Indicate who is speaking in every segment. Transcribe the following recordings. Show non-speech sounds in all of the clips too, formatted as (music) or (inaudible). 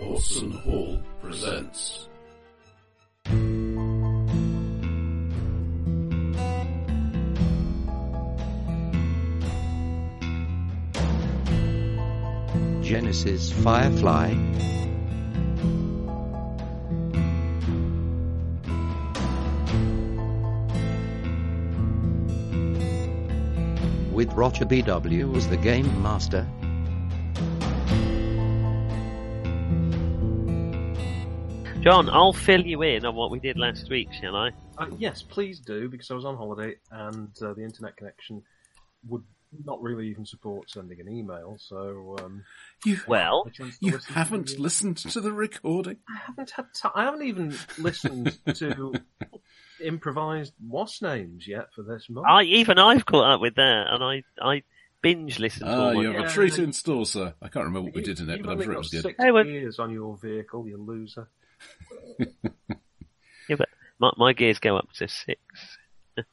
Speaker 1: Orson Hall presents.
Speaker 2: Genesis Firefly. With Roger BW as the game master.
Speaker 3: John, I'll fill you in on what we did last week, shall I?
Speaker 4: Uh, yes, please do, because I was on holiday and uh, the internet connection would not really even support sending an email. So um,
Speaker 5: You,
Speaker 3: Well,
Speaker 4: the chance to
Speaker 5: you
Speaker 4: listen to
Speaker 5: haven't
Speaker 4: the-
Speaker 5: listened to the recording.
Speaker 4: I haven't had time. I haven't even listened to improvised wasp names yet for this
Speaker 5: Ah,
Speaker 4: month.
Speaker 3: I even I've caught up with that, and I I binge listened to
Speaker 5: Ah,
Speaker 3: all Oh my-
Speaker 5: you have a
Speaker 4: yeah.
Speaker 5: treat in store, sir. I can't remember what we
Speaker 4: You-
Speaker 5: did in it,
Speaker 4: you've
Speaker 5: but I'm
Speaker 4: only
Speaker 5: sure it
Speaker 4: got
Speaker 5: was good.
Speaker 4: Six
Speaker 3: Hey, well-
Speaker 4: years on your vehicle, you loser.
Speaker 3: yeah, but my, my gears go up to six.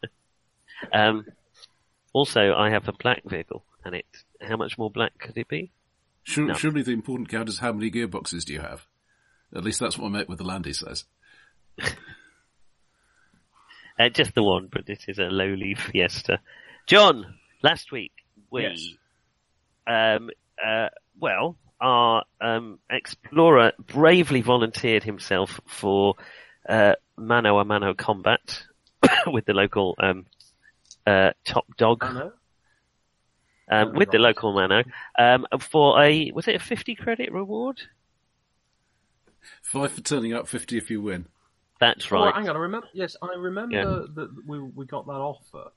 Speaker 3: (laughs) um, also, I have a black vehicle, and it how much more black could it be?
Speaker 5: Sur-
Speaker 3: No.
Speaker 5: Surely the important count is how many gearboxes do you have? At least that's what my mate with the Landy says.
Speaker 3: Uh, just the one, but it is a lowly (laughs) Fiesta. John, last week we,
Speaker 4: Yes.
Speaker 3: um, uh, well, our um, explorer bravely volunteered himself for uh, mano a mano combat (coughs) with the local um, uh, top dog,
Speaker 4: I know. Oh
Speaker 3: um, with the local mano, um, for a was it a fifty credit reward?
Speaker 5: Five for turning up, 50 if you win.
Speaker 3: That's
Speaker 4: Oh,
Speaker 3: right.
Speaker 4: hang on, I remember. Yes, I remember
Speaker 3: Yeah.
Speaker 4: that we we got that offer.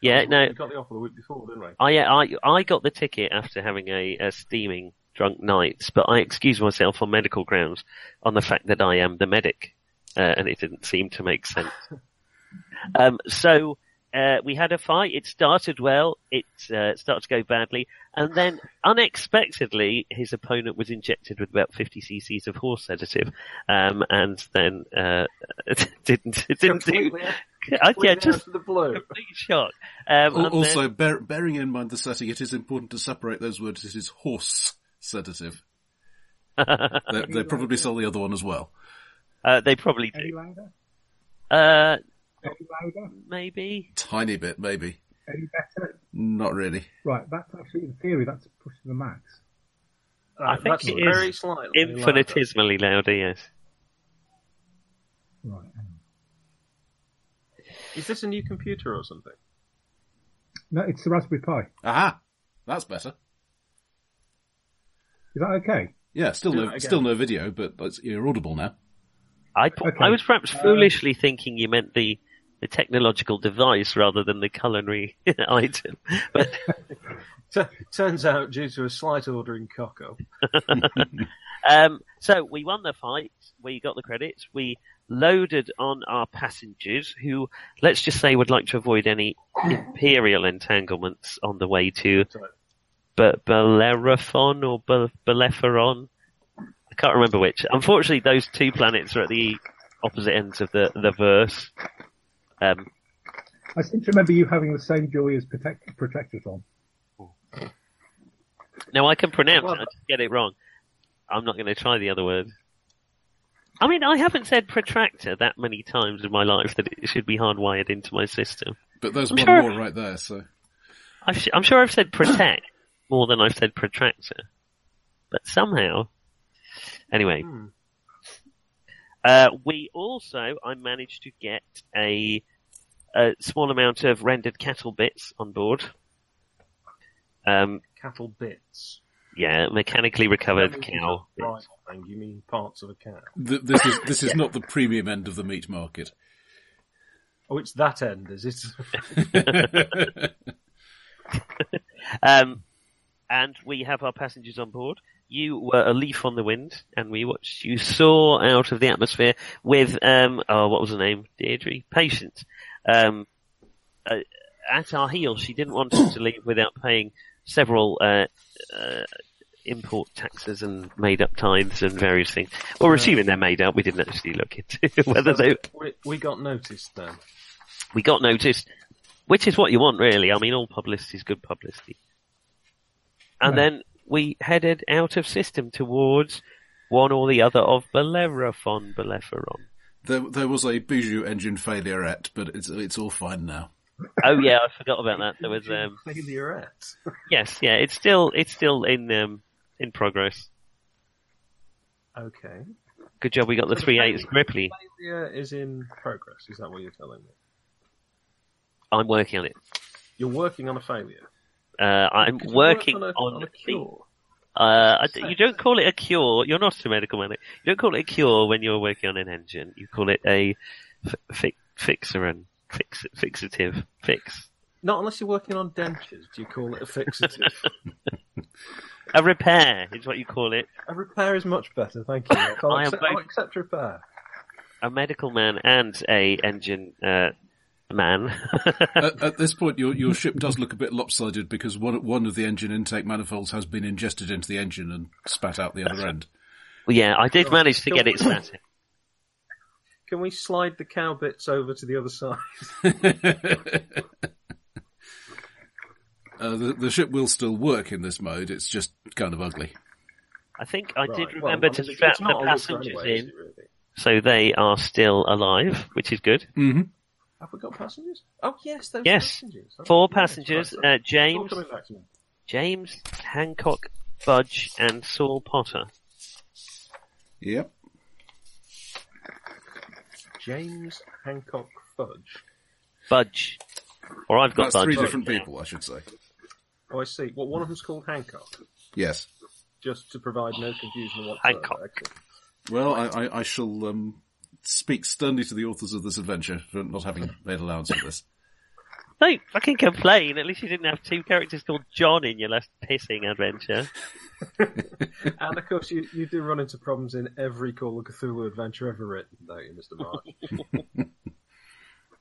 Speaker 3: yeah, no,
Speaker 4: we got the offer the week before, didn't we?
Speaker 3: I uh, I I got the ticket after having a, a steaming drunk night, but I excused myself on medical grounds on the fact that I am the medic, uh, and it didn't seem to make
Speaker 4: (laughs)
Speaker 3: sense. um, so uh, we had a fight. It started well. It uh, started to go badly, and then unexpectedly, his opponent was injected with about fifty cc's of horse sedative, um, and then uh, (laughs) didn't didn't do.
Speaker 4: Completely out-
Speaker 3: (laughs) I, yeah,
Speaker 4: completely
Speaker 3: just
Speaker 4: out of the blue.
Speaker 3: complete shock. Um,
Speaker 5: Al-
Speaker 3: and then-
Speaker 5: also, bear- bearing in mind the setting, it is important to separate those words. It is horse sedative. they, they probably sell the other one as well.
Speaker 3: Uh, they probably
Speaker 6: Eddie
Speaker 3: do.
Speaker 6: louder?
Speaker 3: Uh,
Speaker 6: Eddie louder?
Speaker 3: maybe.
Speaker 5: Tiny bit, maybe.
Speaker 6: Eddie better?
Speaker 5: Not really.
Speaker 6: Right, that's actually in theory, that's a push to the max.
Speaker 3: I think
Speaker 4: That's
Speaker 3: it is
Speaker 4: very slightly louder.
Speaker 3: Infinitesimally louder, yes.
Speaker 6: Right, hang on.
Speaker 4: Is this a new computer or something?
Speaker 6: No, it's the Raspberry Pi.
Speaker 5: Aha! That's better.
Speaker 6: Is that okay?
Speaker 5: Yeah, still
Speaker 4: Do that
Speaker 5: no,
Speaker 4: again.
Speaker 5: still no video, but it's, you're audible now.
Speaker 3: I,
Speaker 6: Okay.
Speaker 3: I was perhaps foolishly thinking you meant the, the technological device rather than the culinary (laughs) item. But
Speaker 4: T- turns out, due to a slight ordering cock up,
Speaker 3: um, so we won the fight. We got the credits. We loaded on our passengers, who let's just say would like to avoid any imperial entanglements on the way to B- Bellerophon or Be- Bellerophon. I can't remember which. Unfortunately, those two planets are at the opposite ends of the, the verse. Um,
Speaker 6: I seem to remember you having the same jewelry as Protect- Protectatron.
Speaker 3: no, I can pronounce
Speaker 4: Well-
Speaker 3: it. I just get it wrong. I'm not going to try the other word. I mean, I haven't said protractor that many times in my life that it should be hardwired into my system.
Speaker 5: But there's
Speaker 3: I'm
Speaker 5: one
Speaker 3: sure-
Speaker 5: more right there, so.
Speaker 3: I've, sh- I'm sure I've said
Speaker 4: (coughs)
Speaker 3: protect more than I've said protractor, but somehow, anyway,
Speaker 4: Hmm.
Speaker 3: uh, we also I managed to get a, a small amount of rendered cattle bits on board. Um,
Speaker 4: cattle bits.
Speaker 3: yeah, mechanically recovered cow.
Speaker 4: Right, and you mean parts of a cow.
Speaker 5: Th- this is this is not the premium end of the meat market. (laughs)
Speaker 4: Oh, it's that end, is it? (laughs)
Speaker 3: Um, and we have our passengers on board. You were a leaf on the wind, and we watched you soar out of the atmosphere with, um, oh, what was her name? Deirdre? Patience. Um, uh, at our heels, she didn't want us to leave without paying several uh, uh, import taxes and made-up tithes and various things. Or assuming they're made up, we didn't actually look into (laughs) whether they
Speaker 4: we, we got noticed then.
Speaker 3: we got noticed, which is what you want, really. I mean, all publicity is good publicity. And
Speaker 6: Yeah.
Speaker 3: then we headed out of system towards One or the other of Bellerophon, Bellerophon.
Speaker 5: There, there was a Bijou engine failure at, but it's it's all fine now.
Speaker 3: Oh yeah, I forgot about that. There was um,
Speaker 4: Failurette.
Speaker 3: yes, yeah, it's still it's still in um, in progress.
Speaker 4: (laughs) Okay.
Speaker 3: Good job, we got the three eights Ripley.
Speaker 4: Failure is in progress. Is that what you're telling me?
Speaker 3: I'm working on it.
Speaker 4: You're working on a failure.
Speaker 3: Uh, I'm
Speaker 4: Could you work
Speaker 3: working
Speaker 4: on a,
Speaker 3: on,
Speaker 4: on a
Speaker 3: the-
Speaker 4: cure.
Speaker 3: Uh, I d- you don't call it a cure. You're not a medical man. You don't call it a cure when you're working on an engine. You call it a f- fi- fixer and fix- fixative fix.
Speaker 4: Not unless you're working on dentures. Do you call it
Speaker 3: (laughs)
Speaker 4: a fixative?
Speaker 3: A repair is what you call it.
Speaker 4: a repair is much better. Thank you. I'll,
Speaker 3: I am
Speaker 4: accept,
Speaker 3: both-
Speaker 4: I'll accept repair.
Speaker 3: A medical man and a engine uh, man. (laughs)
Speaker 5: at, at this point, your your ship does look a bit lopsided because one one of the engine intake manifolds has been ingested into the engine and spat out the other end.
Speaker 3: Well, yeah, I did manage to get it static.
Speaker 4: Can we slide the cow bits over to the other side?
Speaker 5: Uh, the, the ship will still work in this mode. It's just kind of ugly.
Speaker 3: I think I did
Speaker 4: Well,
Speaker 3: remember
Speaker 4: I mean,
Speaker 3: to
Speaker 4: it's-
Speaker 3: strap
Speaker 4: it's not
Speaker 3: the
Speaker 4: a looker
Speaker 3: passengers
Speaker 4: anyway, is
Speaker 3: in,
Speaker 4: it really?
Speaker 3: so they are still alive, which is good.
Speaker 5: Mm-hmm.
Speaker 4: Have we got passengers? Oh yes, those
Speaker 3: Yes.
Speaker 4: passengers. Oh,
Speaker 3: Four
Speaker 4: yes,
Speaker 3: passengers:
Speaker 4: right,
Speaker 3: uh,
Speaker 4: right. It's all
Speaker 3: James,
Speaker 4: coming back to me.
Speaker 3: James Hancock, Budge, and Saul Potter.
Speaker 5: Yep.
Speaker 4: James Hancock Fudge.
Speaker 3: Budge. Or I've got
Speaker 5: That's
Speaker 3: Budge.
Speaker 5: three
Speaker 3: Sorry.
Speaker 5: different people, I should say.
Speaker 4: Oh, I see. Well, one of them's called Hancock,
Speaker 5: Yes.
Speaker 4: just to provide no confusion whatsoever.
Speaker 3: Hancock.
Speaker 4: Excellent.
Speaker 5: Well, I, I, I shall um, speak sternly to the authors of this adventure for not having made allowance for this.
Speaker 3: Don't fucking complain. At least you didn't have two characters called John in your last pissing adventure.
Speaker 4: And of course, you, you do run into problems in every Call of Cthulhu adventure ever written, don't you, Mr. March?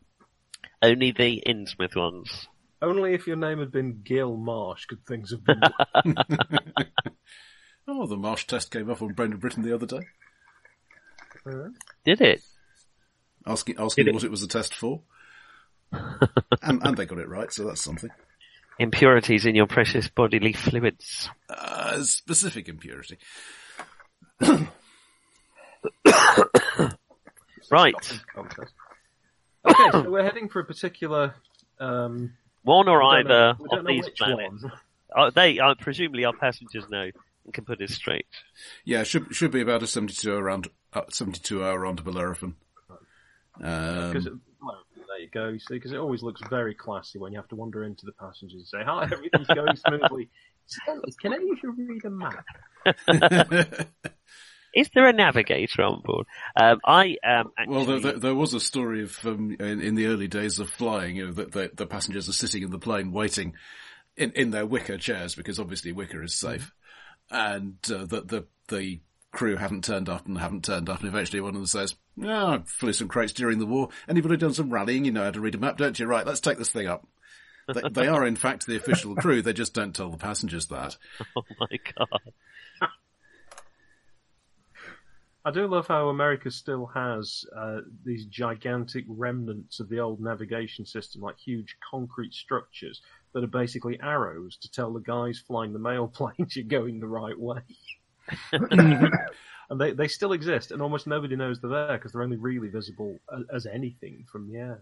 Speaker 3: (laughs) Only the Innsmouth ones.
Speaker 4: Only if your name had been Gil Marsh could things
Speaker 3: (laughs)
Speaker 4: have been.
Speaker 5: Oh, the marsh test came up on Brendan Britton the other day,
Speaker 4: Uh,
Speaker 3: Did it?
Speaker 5: asking asking
Speaker 3: Did it-
Speaker 5: what it was a test
Speaker 3: (laughs)
Speaker 5: for, and, and they got it right, so that's something.
Speaker 3: Impurities in your precious bodily fluids.
Speaker 5: Uh, specific impurity.
Speaker 3: Right.
Speaker 4: contest. Okay, so we're heading for a particular. Um,
Speaker 3: One or
Speaker 4: we don't know-
Speaker 3: either
Speaker 4: we don't
Speaker 3: of
Speaker 4: know
Speaker 3: these
Speaker 4: which
Speaker 3: planets.
Speaker 4: one.
Speaker 3: Oh, they, uh, presumably our passengers know and can put it straight.
Speaker 5: Yeah, should should be about a seventy two hour round uh, seventy two hour round to Bellerophon. Um,
Speaker 4: 'Cause it- well, there you go. You see, because it always looks very classy when you have to wander into the passengers and say, "Hi, everything's going smoothly." So, can any of you read a map?
Speaker 5: (laughs)
Speaker 3: Is there a navigator on board? Um, I um, actually,
Speaker 5: Well, there, there, there was a story of um, in, in the early days of flying, you know, that the, the passengers are sitting in the plane waiting in, in their wicker chairs because obviously wicker is safe, and uh, the, the the crew haven't turned up and haven't turned up, and eventually one of them says, "Yeah, I flew some crates during the war. Anybody done some rallying? You know how to read a map, don't you? Right, let's take this thing up." They, they are in fact the official crew. They just don't tell the passengers that.
Speaker 3: (laughs) oh my god,
Speaker 4: I do love how America still has uh, these gigantic remnants of the old navigation system, like huge concrete structures that are basically arrows to tell the guys flying the mail (laughs) planes you're going the right way. and they, they still exist, and almost nobody knows they're there because they're only really visible as, as anything from the air.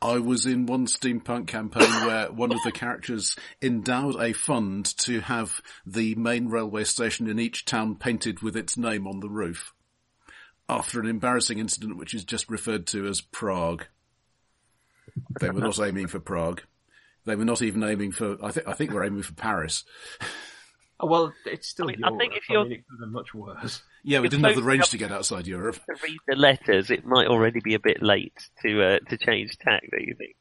Speaker 5: I was in one steampunk campaign where one of the characters endowed a fund to have the main railway station in each town painted with its name on the roof. After an embarrassing incident which is just referred to as Prague. They were
Speaker 6: (laughs)
Speaker 5: not aiming for Prague. They were not even aiming for, I think, I think we're aiming for Paris.
Speaker 4: Oh, well, it's still
Speaker 3: I mean, I
Speaker 4: Europe.
Speaker 3: think if
Speaker 4: I
Speaker 3: you're-
Speaker 4: mean, it could have been much worse.
Speaker 5: Yeah, we
Speaker 3: It's
Speaker 5: didn't have
Speaker 3: so-
Speaker 5: the range to get outside Europe.
Speaker 3: to read the letters, it might already be a bit late to uh, to change tack. Do you think?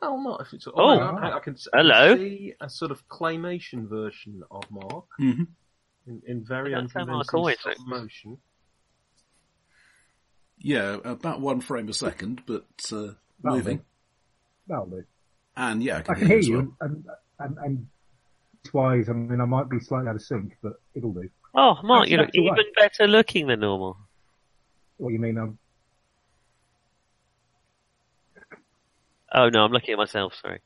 Speaker 4: Well, not if it's. Oh,
Speaker 3: Oh.
Speaker 4: I, I can, s- I
Speaker 3: Hello.
Speaker 4: can see a sort of claymation version of Mark.
Speaker 6: Mm-hmm.
Speaker 5: hmm
Speaker 4: in, in very
Speaker 3: That's how Mark
Speaker 4: unconvincing
Speaker 3: always
Speaker 4: stop
Speaker 3: looks.
Speaker 4: motion.
Speaker 5: Yeah, about one frame a second, but uh,
Speaker 6: That'll
Speaker 5: moving.
Speaker 6: do. That'll do.
Speaker 5: And yeah, I can,
Speaker 6: I can hear
Speaker 5: as
Speaker 6: you,
Speaker 5: well.
Speaker 6: and, and, and twice. I mean, I might be slightly out of sync, but it'll do.
Speaker 3: Oh, Mark, you look
Speaker 6: That's
Speaker 3: even
Speaker 6: right.
Speaker 3: better looking than normal.
Speaker 6: What do you mean? I'm
Speaker 3: Oh no, I'm looking at myself. Sorry.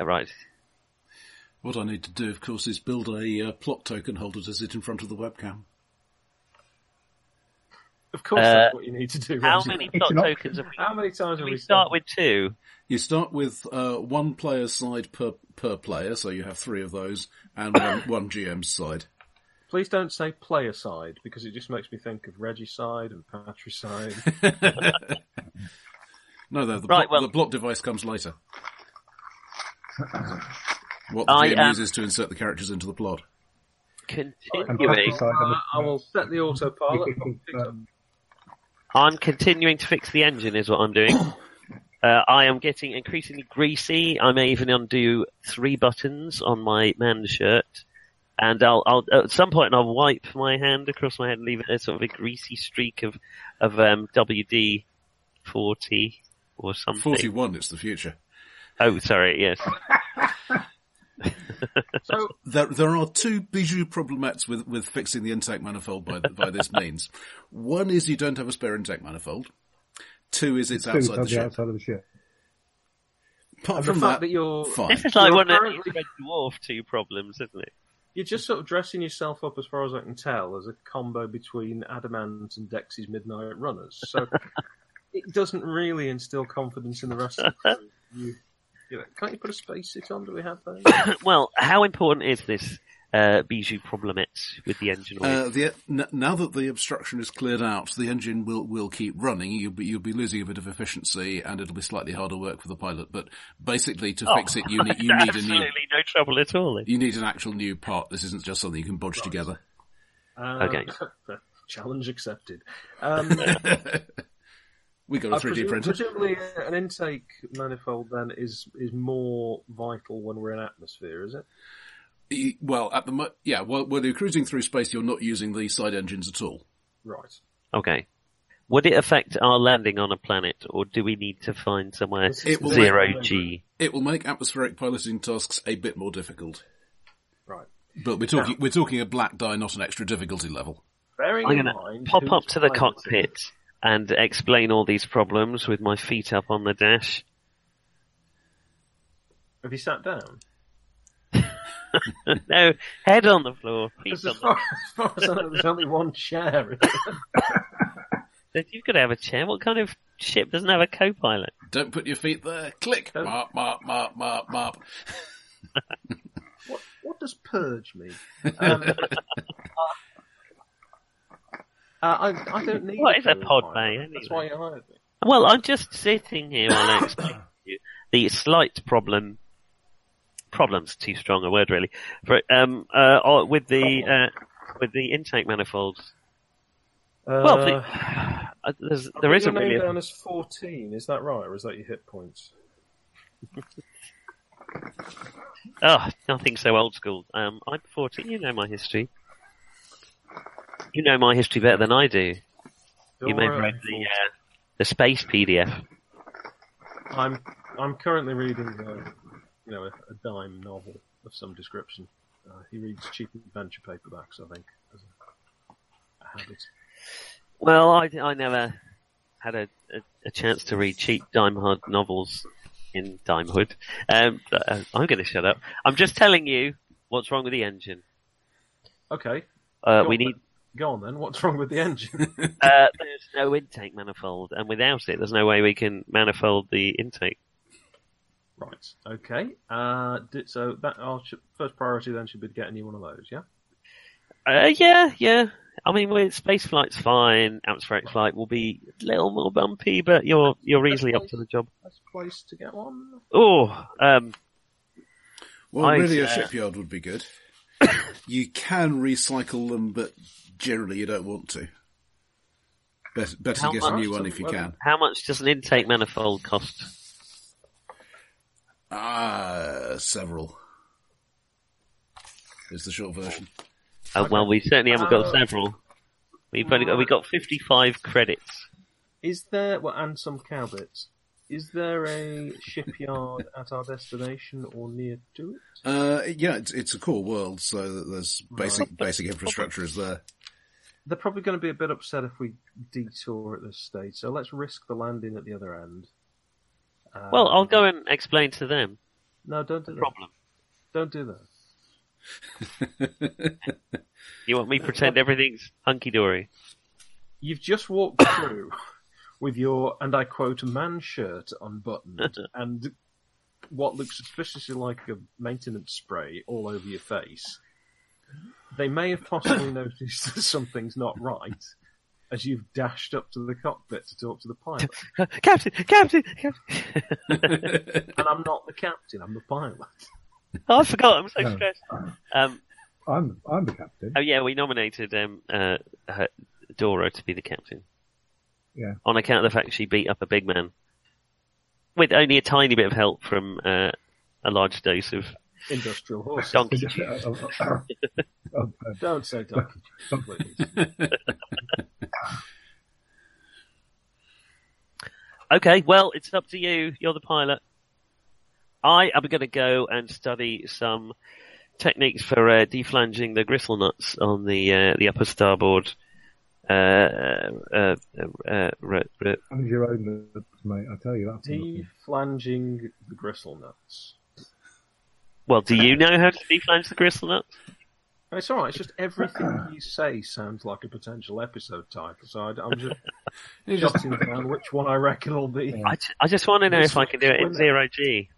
Speaker 3: All right.
Speaker 5: What I need to do, of course, is build a uh, plot token holder to sit in front of the webcam.
Speaker 4: Of course,
Speaker 3: Uh,
Speaker 4: that's what you need to do.
Speaker 3: How
Speaker 4: Rosie.
Speaker 3: many
Speaker 6: It's
Speaker 3: plot
Speaker 6: an option.
Speaker 3: tokens have we,
Speaker 4: How many times have
Speaker 3: we start with two?
Speaker 5: You start with uh, one player side per per player, so you have three of those, and
Speaker 3: (coughs)
Speaker 5: one, one GM's side.
Speaker 4: Please don't say player side because it just makes me think of regicide and patricide.
Speaker 5: No, no, the,
Speaker 3: Right,
Speaker 5: plot,
Speaker 3: well-
Speaker 5: the plot device comes later. What the
Speaker 3: I,
Speaker 5: GM
Speaker 3: um,
Speaker 5: uses to insert the characters into the plot.
Speaker 6: And
Speaker 4: (laughs)
Speaker 3: Continuing.
Speaker 6: pesticide
Speaker 4: uh, I
Speaker 6: and
Speaker 4: will set
Speaker 3: (laughs)
Speaker 4: the autopilot. I'll pick up-
Speaker 6: um,
Speaker 3: I'm continuing to fix the engine is what I'm doing. Uh, I am getting increasingly greasy. I may even undo three buttons on my man shirt. And I'll, I'll, at some point I'll wipe my hand across my head and leave a sort of a greasy streak of, of, um, WD 40 or something.
Speaker 5: Forty-one, it's the future.
Speaker 3: Oh, sorry, yes.
Speaker 4: So
Speaker 5: There, there are two bijou problemats with, with fixing the intake manifold by, by (laughs) this means. One is you don't have a spare intake manifold. Two is it's
Speaker 6: two
Speaker 5: outside the
Speaker 6: of the
Speaker 5: ship.
Speaker 6: outside of the ship.
Speaker 5: Apart
Speaker 4: the
Speaker 5: from
Speaker 4: fact
Speaker 5: that,
Speaker 4: that you're
Speaker 5: fine.
Speaker 3: This is like
Speaker 4: Well,
Speaker 3: one of the
Speaker 4: apparently-
Speaker 3: Red Dwarf 2 problems, isn't it?
Speaker 4: you're just sort of dressing yourself up, as far as I can tell, as a combo between Adamant and Dexy's Midnight Runners. (laughs) So it doesn't really instill confidence in the rest of the crew. You, you know, can't you put a spacesuit on? Do we have those?
Speaker 3: (coughs) Well, how important is this, uh, Bijou problemette with the engine oil?
Speaker 5: Uh, the, n- now that the obstruction is cleared out, the engine will, will keep running. You'll be, you'll be losing a bit of efficiency and it'll be slightly harder work for the pilot. But basically to
Speaker 4: Oh,
Speaker 5: fix it, you, need
Speaker 4: (laughs)
Speaker 5: you need a
Speaker 3: absolutely
Speaker 5: new,
Speaker 3: no trouble at all. then.
Speaker 5: you need an actual new part. This isn't just something you can bodge together.
Speaker 4: Uh, (laughs)
Speaker 3: Okay. (laughs)
Speaker 4: Challenge accepted. Um,
Speaker 5: We got a
Speaker 4: I
Speaker 5: 3D
Speaker 4: presume-
Speaker 5: printer.
Speaker 4: Presumably, uh, an intake manifold then is is more vital when we're in atmosphere, is it?
Speaker 5: Y- Well, at the mo- yeah, well, when you're cruising through space, you're not using the side engines at all.
Speaker 4: Right.
Speaker 3: Okay. Would it affect our landing on a planet, or do we need to find somewhere
Speaker 4: This is
Speaker 5: It will-
Speaker 3: zero G?
Speaker 5: It will make atmospheric piloting tasks a bit more difficult.
Speaker 4: Right.
Speaker 5: But we're talking we're talking a black die, not an extra difficulty level.
Speaker 4: Bearing
Speaker 3: I'm
Speaker 4: in
Speaker 3: going to
Speaker 4: mind,
Speaker 3: pop
Speaker 4: who's
Speaker 3: up to the
Speaker 4: piloting-
Speaker 3: cockpit and explain all these problems with my feet up on the dash. (laughs)
Speaker 4: Have you sat down?
Speaker 3: no, head on the floor. Feet
Speaker 4: Because
Speaker 3: on
Speaker 4: as
Speaker 3: the... (laughs)
Speaker 4: far, as far as I know, there's only one chair.
Speaker 3: If You've got to have a chair. What kind of ship doesn't have a co-pilot?
Speaker 5: Don't put your feet there. Click.
Speaker 4: Oh.
Speaker 5: Marp, marp, marp, marp, marp.
Speaker 4: What, what does purge
Speaker 3: (laughs)
Speaker 4: mean? Um, uh, I, I don't need.
Speaker 3: What is a
Speaker 4: third
Speaker 3: pod
Speaker 4: pilot.
Speaker 3: bay, anyway?
Speaker 4: That's why you hired me.
Speaker 3: Well, I'm just sitting here while I explain to you the slight problem. Problem's too strong a word, really. But um, uh, oh, with the uh, with the intake manifolds. Well,
Speaker 4: Uh,
Speaker 3: the, uh, there's, there
Speaker 4: I've got
Speaker 3: isn't
Speaker 4: your name um,
Speaker 3: really. a-
Speaker 4: down as fourteen. Is that right, or is that your hit points?
Speaker 3: Oh, nothing so old school. Um, I'm 14. You know my history. You know my history better than I do. you may have
Speaker 4: Dora
Speaker 3: read
Speaker 4: and
Speaker 3: the, uh, the space PDF.
Speaker 4: I'm I'm currently reading, uh, you know, a, a dime novel of some description. Uh, he reads cheap adventure paperbacks, I think, as a, a habit.
Speaker 3: Well, I, I never had a, a, a chance to read cheap dime hard novels in Dimehood. Um, but, uh, I'm going to shut up. I'm just telling you what's wrong with the engine.
Speaker 4: Okay,
Speaker 3: Uh,
Speaker 4: Go
Speaker 3: we
Speaker 4: on
Speaker 3: need
Speaker 4: go on then. What's wrong with the engine?
Speaker 3: uh, there's no intake manifold, and without it, there's no way we can manifold the intake.
Speaker 4: right. Okay. Uh, did, so that our sh- first priority then should be getting you one of those. Yeah.
Speaker 3: Uh, yeah, yeah. I mean, with space flight's fine. Atmospheric flight will be a little more bumpy, but you're you're easily up to the job.
Speaker 4: Best place to get one.
Speaker 3: Oh, um,
Speaker 5: Well,
Speaker 3: I-
Speaker 5: really, a
Speaker 3: uh,
Speaker 5: shipyard would be good. (coughs) you can recycle them, but generally you don't want to. Better, better
Speaker 3: How
Speaker 5: to get a
Speaker 3: much
Speaker 5: new one
Speaker 4: does-
Speaker 5: if you
Speaker 4: well,
Speaker 5: can.
Speaker 3: how much does an intake manifold cost?
Speaker 5: Ah, several. Is the short version.
Speaker 3: Oh, well, we certainly haven't
Speaker 4: Uh,
Speaker 3: got several. We've only got we got fifty five credits.
Speaker 4: Is there well, and some cow bits. Is there a
Speaker 3: (laughs)
Speaker 4: shipyard at our destination or near to it?
Speaker 5: Uh, yeah, it's, it's a cool world, so that there's
Speaker 3: Uh,
Speaker 5: basic basic infrastructure is there.
Speaker 4: They're probably going to be a bit upset if we detour at this stage, so let's risk the landing at the other end. Um,
Speaker 3: Well, I'll go and explain to them.
Speaker 4: No, don't do that.
Speaker 3: Problem.
Speaker 4: Don't do that.
Speaker 3: You want me to pretend everything's hunky dory?
Speaker 4: You've just walked through (coughs) with your, and I quote, man shirt unbuttoned and what looks suspiciously like a maintenance spray all over your face. They may have possibly (coughs) noticed that something's not right as you've dashed up to the cockpit to talk to the pilot.
Speaker 3: (laughs) Captain, Captain, Captain.
Speaker 4: And I'm not the captain, I'm the pilot. (laughs)
Speaker 3: Oh, I forgot. I'm so
Speaker 6: No.
Speaker 3: stressed. Um,
Speaker 6: I'm I'm the captain.
Speaker 3: oh yeah, we nominated um, uh, her, Dora to be the captain.
Speaker 6: Yeah.
Speaker 3: On account of the fact she beat up a big man with only a tiny bit of help from uh, a large dose of
Speaker 4: Industrial horse.
Speaker 3: donkey.
Speaker 6: Is it- oh, oh, oh, oh, uh,
Speaker 4: Don't say donkey. please.
Speaker 3: Okay, well, it's up to you. You're the pilot. I am going to go and study some techniques for uh, deflanging the gristle nuts on the uh, the upper starboard uh, uh, uh, uh, ro- ro-
Speaker 6: manage your own lips, mate. I tell you that's
Speaker 4: Deflanging the gristle nuts.
Speaker 3: Well, do you know how to deflange the gristle nuts?
Speaker 4: And It's alright,
Speaker 3: (coughs)
Speaker 4: it's just everything you say sounds like a potential episode title, so I,
Speaker 3: (laughs)
Speaker 4: am just
Speaker 5: You just-
Speaker 4: jotting down which one I reckon will be.
Speaker 3: I, ju- I just want to know if I can do it in zero G.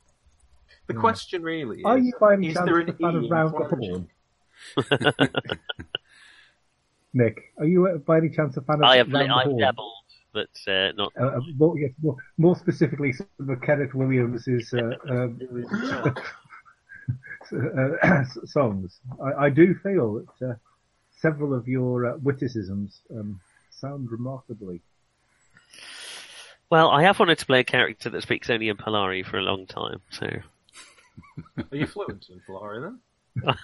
Speaker 4: The question really is,
Speaker 6: Are you by any
Speaker 4: is
Speaker 6: chance
Speaker 4: there an
Speaker 6: a fan
Speaker 4: E
Speaker 6: of
Speaker 4: in
Speaker 6: Round Up
Speaker 4: flanging?
Speaker 6: Horn? Nick, are you uh, by any chance a fan of
Speaker 3: I have
Speaker 6: Round the
Speaker 3: I've
Speaker 6: Horn?
Speaker 3: dabbled, but uh, not.
Speaker 6: Uh, uh, more, yes, more, more specifically, some of Kenneth Williams's uh, um,
Speaker 3: (laughs)
Speaker 6: uh, (clears throat) songs. I, I do feel that uh, several of your uh, witticisms um, sound remarkably.
Speaker 3: Well, I have wanted to play a character that speaks only in Polari for a long time, so
Speaker 4: Are you fluent in Florida then?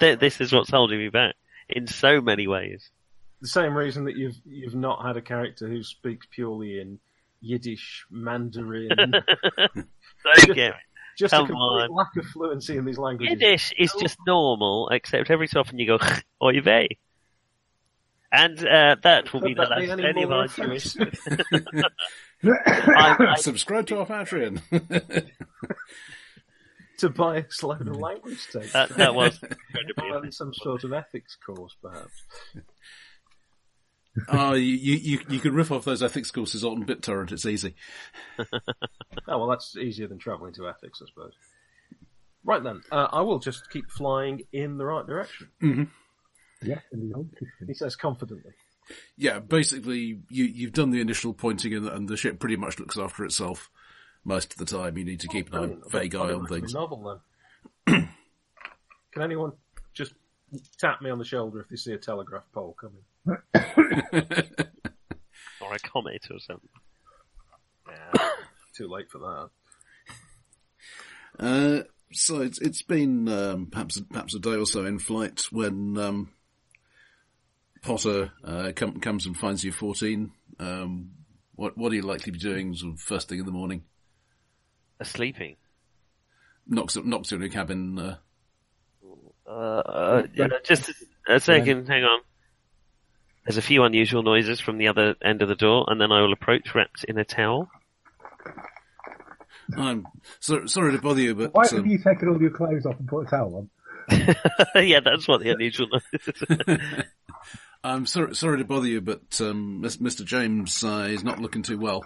Speaker 3: th- this is what's holding me back in so many ways.
Speaker 4: The same reason that you've you've not had a character who speaks purely in Yiddish,
Speaker 3: (laughs)
Speaker 4: Mandarin,
Speaker 3: Don't get me.
Speaker 4: just
Speaker 3: Come
Speaker 4: a complete
Speaker 3: on.
Speaker 4: lack of fluency in these languages.
Speaker 3: Yiddish is just normal, except every so often you go oy vey. And uh, that will be the
Speaker 4: Could that be
Speaker 3: last
Speaker 4: any
Speaker 3: any of
Speaker 4: (laughs) more
Speaker 3: our
Speaker 4: offensive?
Speaker 3: Jewish. I'm- I-
Speaker 5: Subscribe to our
Speaker 3: (laughs)
Speaker 5: Patreon. (laughs)
Speaker 4: to buy a load
Speaker 3: Mm.
Speaker 4: of language text. (laughs)
Speaker 3: that, uh, that was incredibly
Speaker 4: Rather than some sort of ethics course, perhaps.
Speaker 5: oh, you, you, you- you can riff off those ethics courses on BitTorrent. It's easy.
Speaker 4: Oh, well, that's easier than travelling to ethics, I suppose. Right then, uh, I will just keep flying in the right direction.
Speaker 6: Yes, in the old system.
Speaker 4: He says confidently.
Speaker 5: Yeah, basically, you, you've done the initial pointing and, and the ship pretty much looks after itself most of the time. You need to keep an eye, vague eye on things.
Speaker 4: Novel then.
Speaker 5: (clears throat)
Speaker 4: Can anyone just tap me on the shoulder if they see a telegraph pole coming?
Speaker 3: or a comet or something.
Speaker 4: Nah, too late for that.
Speaker 5: Uh, so it's, it's been um, perhaps perhaps a day or so in flight when um, Potter uh, com- comes and finds you 14. Um, what what are you likely to be doing sort of first thing in the morning?
Speaker 3: Sleeping.
Speaker 5: Knocks knocks you in your cabin. Uh,
Speaker 3: Uh, uh, just a, a second, hang on. There's a few unusual noises from the other end of the door, and then I will approach wrapped in a towel. (laughs)
Speaker 5: I'm so, sorry to bother you, but
Speaker 6: Why have
Speaker 5: um,
Speaker 6: you taken all your clothes off and put a towel on?
Speaker 3: yeah, that's what the unusual (laughs) noise is.
Speaker 5: I'm sorry sorry to bother you, but um, Mis- Mr. James uh, is not looking too well.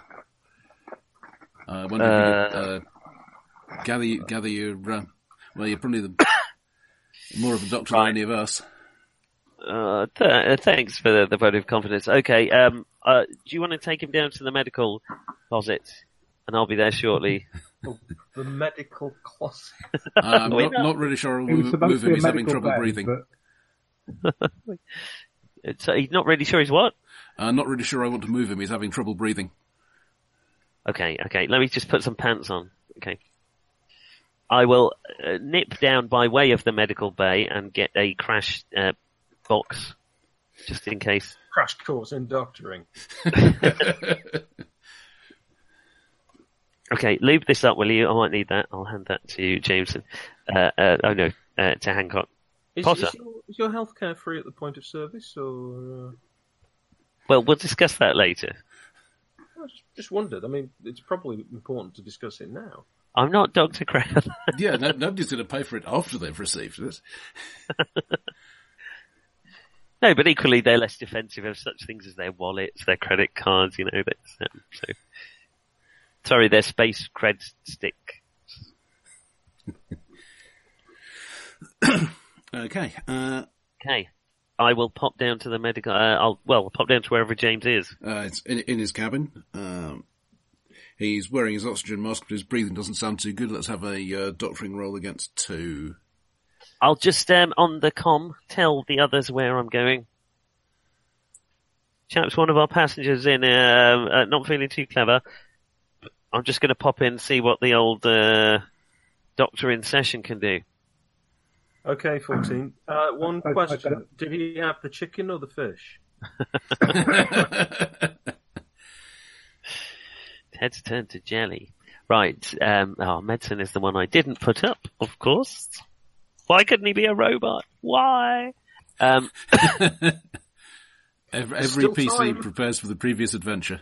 Speaker 5: I wonder if you could, uh, gather you- gather your uh, well, you're probably the (coughs) more of a doctor than any of us.
Speaker 3: Uh, th- uh, thanks for the, the vote of confidence. Okay, um, uh, do you want to take him down to the medical closet? And I'll be there shortly. (laughs)
Speaker 4: Oh, The medical closet.
Speaker 5: Uh, I'm
Speaker 3: Wait,
Speaker 5: not,
Speaker 3: no.
Speaker 5: not really sure
Speaker 6: It was
Speaker 5: we'll
Speaker 6: supposed
Speaker 5: move him.
Speaker 6: to be
Speaker 5: He's
Speaker 6: a
Speaker 5: having
Speaker 6: medical
Speaker 5: trouble
Speaker 6: van,
Speaker 5: breathing.
Speaker 6: but
Speaker 3: It's, uh, he's not really sure he's what.
Speaker 5: Uh, not really sure I want to move him. He's having trouble breathing.
Speaker 3: Okay, okay. Let me just put some pants on. Okay. I will uh, nip down by way of the medical bay and get a crash uh, box, just in case.
Speaker 4: Crash course in doctoring.
Speaker 3: Okay, lube this up, will you? I might need that. I'll hand that to Jameson. Uh, uh, oh no, uh, to Hancock.
Speaker 4: Is,
Speaker 3: Potter.
Speaker 4: Is, your, is your healthcare free at the point of service, or uh,
Speaker 3: Well, we'll discuss that later.
Speaker 4: uh, I just, just wondered? I mean, it's probably important to discuss it now.
Speaker 3: I'm not Doctor Crab.
Speaker 5: Yeah, no, nobody's going to pay for it after they've received it.
Speaker 3: No, but equally they're less defensive of such things as their wallets, their credit cards, you know. That's, um, so. Sorry, their space cred stick.
Speaker 5: Okay. Uh,
Speaker 3: Okay. I will pop down to the medical, uh, I'll, well, I'll pop down to wherever James is.
Speaker 5: uh, it's in, in his cabin. Um, he's wearing his oxygen mask, but his breathing doesn't sound too good. Let's have a uh, doctoring roll against two.
Speaker 3: I'll just, um, on the com, tell the others where I'm going. Chaps, one of our passengers in, um, uh, not feeling too clever. I'm just gonna pop in and see what the old, uh, doctor in session can do.
Speaker 4: Okay, 14. Uh, one
Speaker 6: I- I
Speaker 4: question.
Speaker 6: don't-
Speaker 4: Did he have the chicken or the fish?
Speaker 3: Ted's turned to jelly. Right, um, oh, medicine is the one I didn't put up, of course. Why couldn't he be a robot? Why? Um,
Speaker 5: Every,
Speaker 4: There's
Speaker 5: every
Speaker 4: still
Speaker 5: PC
Speaker 4: time.
Speaker 5: prepares for the previous adventure.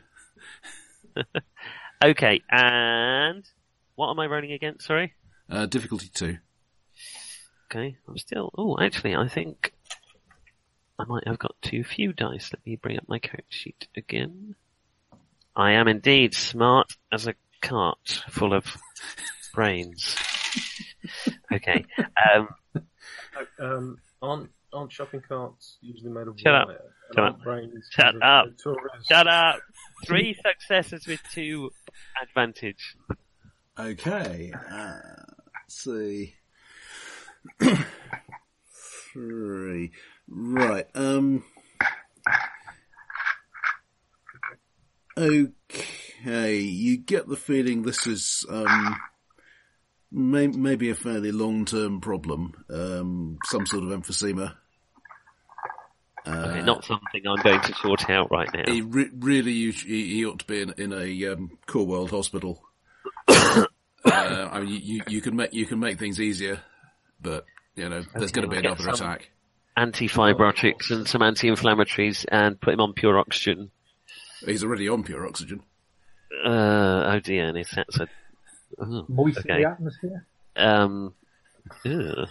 Speaker 3: okay, and what am I rolling against? Sorry.
Speaker 5: Uh, difficulty two.
Speaker 3: Okay, I'm still. Oh, actually, I think I might have got too few dice. Let me bring up my character sheet again. I am indeed smart as a cart full of brains. (laughs) Okay, um,
Speaker 4: Um, aren't, aren't shopping carts usually made of
Speaker 3: Shut up.
Speaker 4: wire? And
Speaker 3: Shut
Speaker 4: aren't
Speaker 3: up.
Speaker 4: brains
Speaker 3: Shut
Speaker 4: made
Speaker 3: up.
Speaker 4: of tourists?
Speaker 3: Shut up. Three successes with two advantage.
Speaker 5: Okay. Uh, let's see. (clears throat) Three. Right. Um. Okay. You get the feeling this is um, may- maybe a fairly long-term problem. Um, some sort of emphysema.
Speaker 3: Okay, not something I'm going to sort out right now.
Speaker 5: He re- really, you, he, he ought to be in, in a um, Cool World hospital. (coughs) uh, I mean, you, you, you can make you can make things easier, but you know there's going to be
Speaker 3: I'll get
Speaker 5: another
Speaker 3: some.
Speaker 5: attack.
Speaker 3: Antifibrotics and some anti-inflammatories and put him on pure oxygen.
Speaker 5: He's already on pure oxygen.
Speaker 3: Uh, oh dear, and his sets are, oh,
Speaker 6: Moisten
Speaker 3: Okay.
Speaker 6: the atmosphere.
Speaker 3: um, ugh.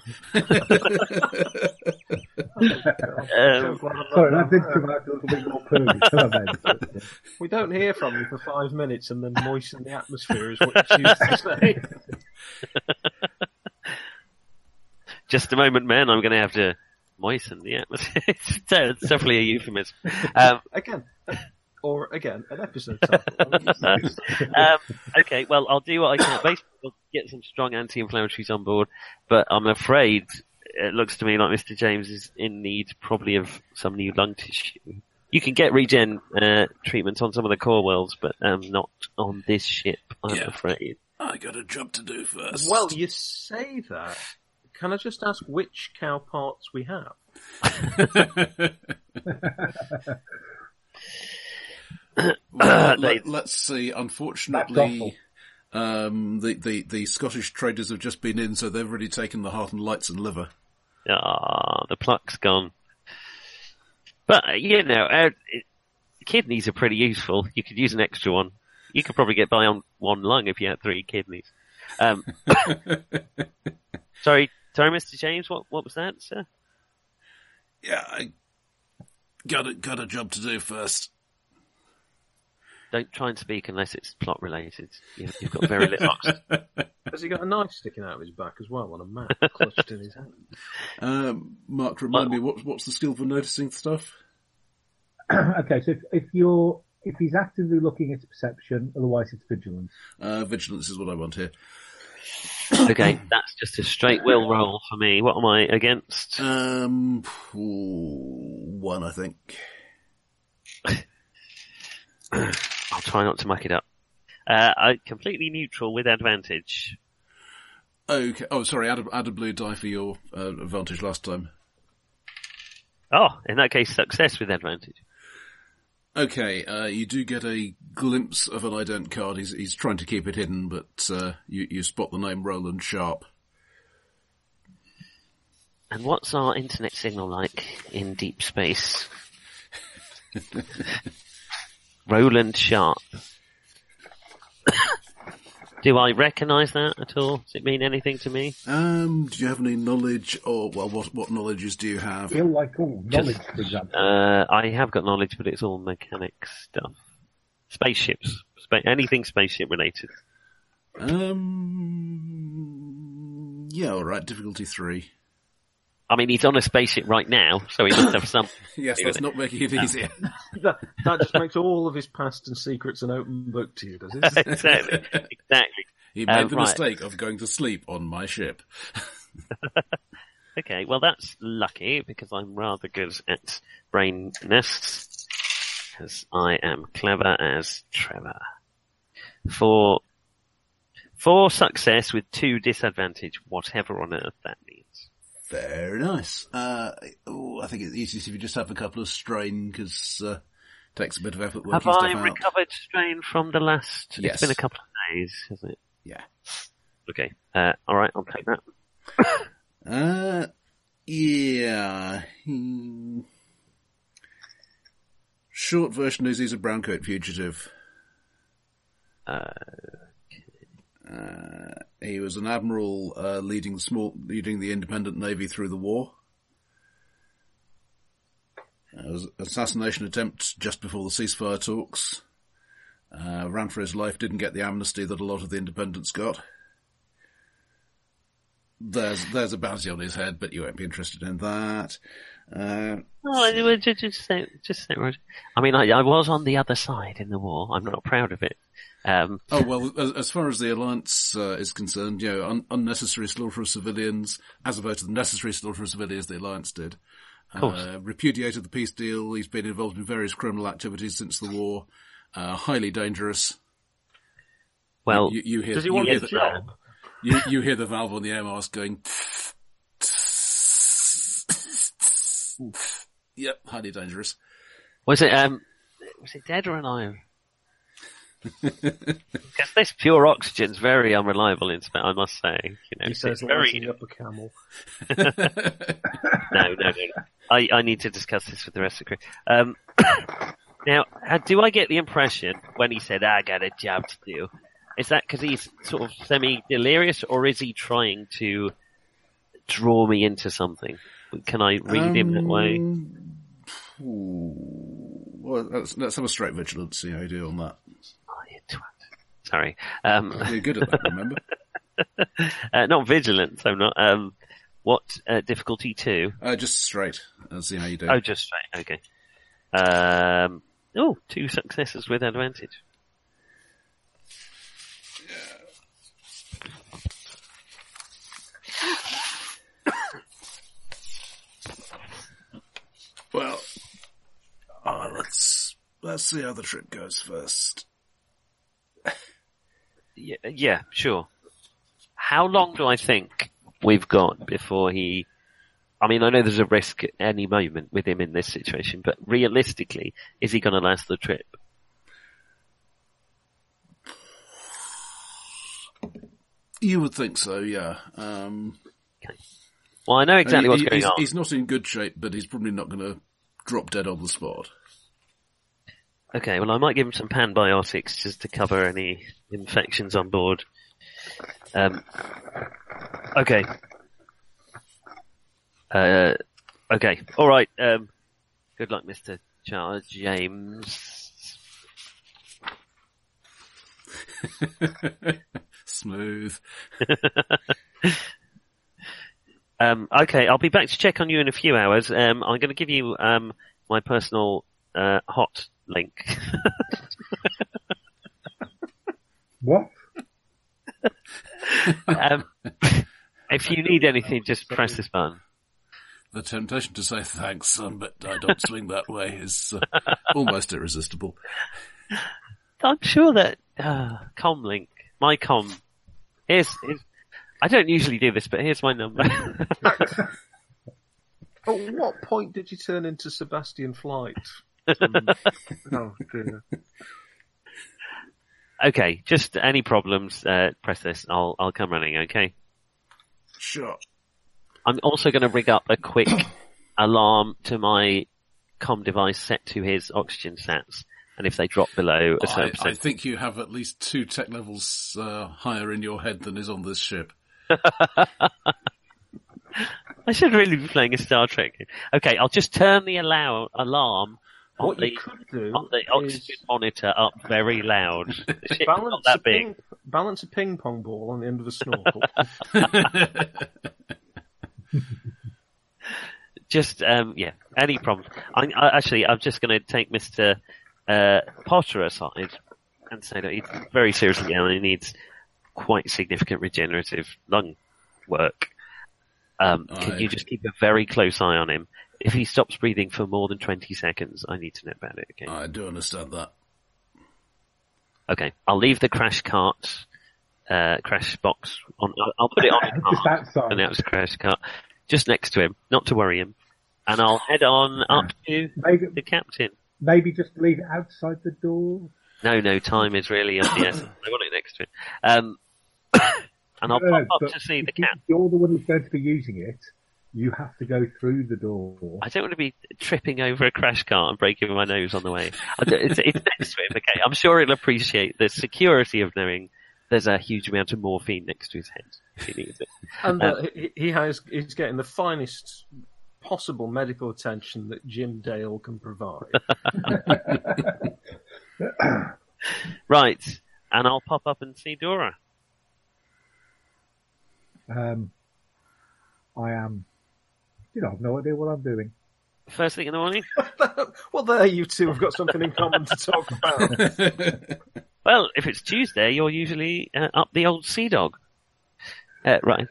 Speaker 3: (laughs)
Speaker 4: So
Speaker 3: um,
Speaker 4: glad I'm not
Speaker 6: Sorry,
Speaker 4: down
Speaker 6: that did
Speaker 4: there.
Speaker 6: come out a little bit more pervy. Come on, then.
Speaker 4: Uh, We don't hear from you for five minutes and then moisten the atmosphere is what you choose to say.
Speaker 3: just a moment, man. I'm going to have to moisten the atmosphere. (laughs) it's de- it's definitely a euphemism. Um,
Speaker 4: (laughs) Again. Or again, an episode
Speaker 3: (laughs)
Speaker 4: title.
Speaker 3: um, okay, well, I'll do what I can. Basically, we'll get some strong anti-inflammatories on board, but I'm afraid it looks to me like Mr. James is in need probably of some new lung tissue. You can get regen uh, treatments on some of the core worlds, but um, not on this ship, I'm
Speaker 5: Yeah.
Speaker 3: afraid.
Speaker 5: I got a job to do first.
Speaker 4: (laughs) well, you say that. Can I just ask which cow parts we have?
Speaker 5: Well,
Speaker 3: they-
Speaker 5: let, us see.
Speaker 6: That's
Speaker 5: Unfortunately,
Speaker 6: awful.
Speaker 5: um, the, the the Scottish traders have just been in, so they've already taken the heart and lights and liver.
Speaker 3: Ah, the pluck's gone. But, uh, you know, uh, it- kidneys are pretty useful. You could use an extra one. You could probably get by on one lung if you had three kidneys. Um, sorry, sorry, Mr. James, what, what was that, sir?
Speaker 5: Yeah, I got a, got a job to do first.
Speaker 3: Don't try and speak unless it's plot related. You've, you've got very little oxygen.
Speaker 4: Has he got a knife sticking out of his back as well on a map clutched in his hand?
Speaker 5: Um, Mark, remind me what what's the skill for noticing stuff?
Speaker 6: (clears throat) okay, so if, if you're if he's actively looking, it's perception. Otherwise, it's vigilance.
Speaker 5: Uh, vigilance is what I want here.
Speaker 3: Okay, that's just a straight will roll for me. What am I against?
Speaker 5: Um, ooh, one, I think.
Speaker 3: I'll try not to muck it up. Uh, I completely neutral with advantage.
Speaker 5: Okay. Oh, sorry. Add a, add a blue die for your uh, advantage last time.
Speaker 3: Oh, in that case, success with advantage.
Speaker 5: Okay. Uh, you do get a glimpse of an ident card. He's he's trying to keep it hidden, but uh, you you spot the name Roland Sharp.
Speaker 3: And what's our internet signal like in deep space? Roland Sharp. (coughs) Do I recognise that at all? Does it mean anything to me?
Speaker 5: Um, do you have any knowledge, or well, what what knowledges do you have?
Speaker 6: Feel like all knowledge,
Speaker 3: Just-
Speaker 6: for example.
Speaker 3: Uh, I have got knowledge, but it's all mechanic stuff. Spaceships. Spa- anything spaceship related.
Speaker 5: Um, yeah, all right. Difficulty three.
Speaker 3: I mean, he's on a spaceship right now, so he must have some. (laughs)
Speaker 5: Yes,
Speaker 3: Do
Speaker 5: that's
Speaker 3: it.
Speaker 5: not making it easier.
Speaker 3: (laughs)
Speaker 4: That, that just makes all of his past and secrets an open book to you, does
Speaker 3: (laughs)
Speaker 4: it?
Speaker 3: exactly. Exactly.
Speaker 5: He
Speaker 3: Uh,
Speaker 5: made the
Speaker 3: right.
Speaker 5: mistake of going to sleep on my ship.
Speaker 3: Okay, well that's lucky because I'm rather good at brain nests. Because I am clever as Trevor. For for success with two disadvantage, whatever on earth that means.
Speaker 5: Very nice. Uh, oh, I think it's easiest if you just have a couple of strain because uh, takes a bit of effort
Speaker 3: Have
Speaker 5: working
Speaker 3: I
Speaker 5: stuff out.
Speaker 3: recovered strain from the last?
Speaker 5: Yes.
Speaker 3: It's been a couple of days, hasn't it?
Speaker 5: Yeah.
Speaker 3: Okay. Uh, all right, I'll take that.
Speaker 5: Uh, yeah. Hmm. Short version is he's a brown coat fugitive. Uh, he was an admiral uh, leading small, leading the independent navy through the war. Uh, it was an assassination attempt just before the ceasefire talks. Uh, ran for his life, didn't get the amnesty that a lot of the independents got. There's there's a bounty on his head, but you won't be interested in that. Uh,
Speaker 3: Oh, I- well, ju- just say, just say, Roger. I mean, I, I was on the other side in the war. I'm not proud of it. Um,
Speaker 5: Oh well, as, as far as the alliance uh, is concerned, you know, un- unnecessary slaughter of civilians, as opposed to the necessary slaughter of civilians the alliance did.
Speaker 3: course.
Speaker 5: Uh, repudiated the peace deal. He's been involved in various criminal activities since the war. Uh, highly dangerous.
Speaker 3: well,
Speaker 5: You, you hear,
Speaker 4: Does he
Speaker 5: you
Speaker 4: want
Speaker 5: hear
Speaker 4: his
Speaker 5: the,
Speaker 4: job?
Speaker 5: You, you hear the valve on the air mask going. yep, highly dangerous.
Speaker 3: Was it um was it dead or
Speaker 4: (laughs)
Speaker 3: alive? Because this pure oxygen's very unreliable in space, I must say. You know,
Speaker 4: He
Speaker 3: it's
Speaker 4: says,
Speaker 3: very
Speaker 4: lighting up a camel.
Speaker 3: no, no, no. I, I need to discuss this with the rest of the crew. Um, (coughs) now, uh, do I get the impression when he said, "Ah, "I got a job to do," is that because he's sort of semi-delirious, or is he trying to draw me into something? Can I read him that way?
Speaker 5: Um, Well, let's, let's have a straight vigilance. See how you do on that.
Speaker 3: Oh, you twat. Sorry. Um,
Speaker 5: You're good at that,
Speaker 3: (laughs)
Speaker 5: remember?
Speaker 3: Uh, not vigilance. I'm not. Um, what uh, difficulty two?
Speaker 5: Uh, just straight and see how you do.
Speaker 3: Oh, just straight. Okay. Um, oh, two successes with advantage.
Speaker 5: Well, uh, let's let's see how the trip goes first.
Speaker 3: Yeah, yeah, sure. How long do I think we've got before he? I mean, I know there's a risk at any moment with him in this situation, but realistically, is he going to last the trip?
Speaker 5: You would think so, yeah. Um,
Speaker 3: Well, I know exactly
Speaker 5: he-
Speaker 3: what's
Speaker 5: he-
Speaker 3: going
Speaker 5: he's,
Speaker 3: on.
Speaker 5: he's not in good shape, but he's probably not going to drop dead on the spot. (laughs)
Speaker 3: Okay, well, I might give him some panbiotics just to cover any infections on board. Um, okay. Uh, okay, all right. Um, good luck, Mister Charles James.
Speaker 5: Smooth.
Speaker 3: Um, okay, I'll be back to check on you in a few hours. Um, I'm going to give you um, my personal uh, hot link. (laughs)
Speaker 6: What?
Speaker 3: um, if you need anything, just press this button.
Speaker 5: The temptation to say thanks, son, but I don't swing that way is
Speaker 3: (laughs)
Speaker 5: uh, almost irresistible.
Speaker 3: I'm sure that uh, comlink, my com, here's, here's. I don't usually do this, but here's my number. (laughs)
Speaker 4: At what point did you turn into Sebastian (laughs) Flight? oh dear.
Speaker 3: okay, just any problems, uh, press this. I'll I'll come running. Okay.
Speaker 5: Sure.
Speaker 3: I'm also going to rig up a quick (coughs) alarm to my com device set to his oxygen sats, and if they drop below a certain
Speaker 5: I, I
Speaker 3: percent,
Speaker 5: think you have at least two tech levels uh, higher in your head than is on this ship.
Speaker 3: I should really be playing a Star Trek. game. Okay, I'll just turn the allow- alarm on
Speaker 4: What
Speaker 3: the,
Speaker 4: you could do
Speaker 3: on the
Speaker 4: is
Speaker 3: oxygen monitor up very loud. (laughs) It's not
Speaker 4: balance a,
Speaker 3: that big.
Speaker 4: ping, balance a ping pong ball on the end of a
Speaker 3: (laughs)
Speaker 4: snorkel.
Speaker 3: Just um, yeah, any problem. I'm, I, actually, I'm just going to take Mister uh, Potter aside and say that he's very seriously ill and he needs quite significant regenerative lung work. Um, can
Speaker 5: I
Speaker 3: you just keep a very close eye on him? If he stops breathing for more than 20 seconds, I need to know about it again.
Speaker 5: I do understand that.
Speaker 3: Okay, I'll leave the crash cart, uh, crash box on. I'll, I'll put it on a
Speaker 6: (laughs) Just
Speaker 3: cart,
Speaker 6: outside.
Speaker 3: announce a crash cart, just next to him, not to worry him, and I'll head on up to
Speaker 6: Maybe,
Speaker 3: the captain.
Speaker 6: maybe just leave it outside the door.
Speaker 3: No, no, time is really of the essence. I want it next to him, um, (coughs) and I'll
Speaker 6: No, no,
Speaker 3: pop up
Speaker 6: but
Speaker 3: to see the
Speaker 6: if you-
Speaker 3: cat.
Speaker 6: if You're the one who's going to be using it. You have to go through the door.
Speaker 3: I don't want to be tripping over a crash cart and breaking my nose on the way. I don't- It's, it's next to him, okay. I'm sure he'll appreciate the security of knowing there's a huge amount of morphine next to his head. if he needs it.
Speaker 4: and uh, he, he has he's getting the finest possible medical attention that Jim Dale can provide.
Speaker 3: (laughs) Right, and I'll pop up and see Dora.
Speaker 6: Um, I am. You know, I've no idea what I'm doing.
Speaker 3: First thing in the morning.
Speaker 4: well, there you two have got something in common to talk about.
Speaker 3: Well, if it's Tuesday, you're usually uh, up the old sea dog. Uh, right,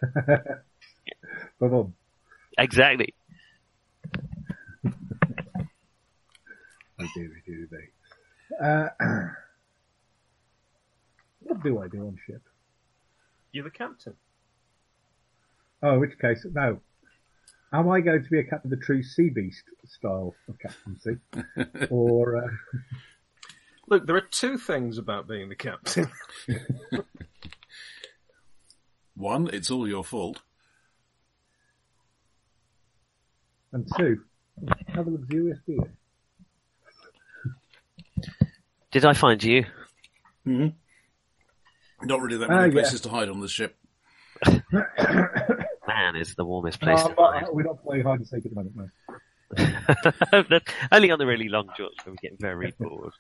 Speaker 6: But um,
Speaker 3: exactly.
Speaker 6: I do, I do, they. Uh, (clears throat) what do I do on ship?
Speaker 4: You're the captain.
Speaker 6: Oh, in which case, no. Am I going to be a captain of the true sea beast style of captaincy, or uh,
Speaker 4: Look, there are two things about being the captain.
Speaker 5: One, it's all your fault.
Speaker 6: and two, have a luxurious beer?
Speaker 3: Did I find you?
Speaker 5: Not really that
Speaker 6: Ah,
Speaker 5: many
Speaker 6: yeah.
Speaker 5: places to hide on this ship.
Speaker 3: Man is the warmest place.
Speaker 6: Oh,
Speaker 3: to
Speaker 6: but, uh, we're not playing hide and seek at the moment, no.
Speaker 3: (laughs) hide. That's Only on the really long jaunts when we get very bored,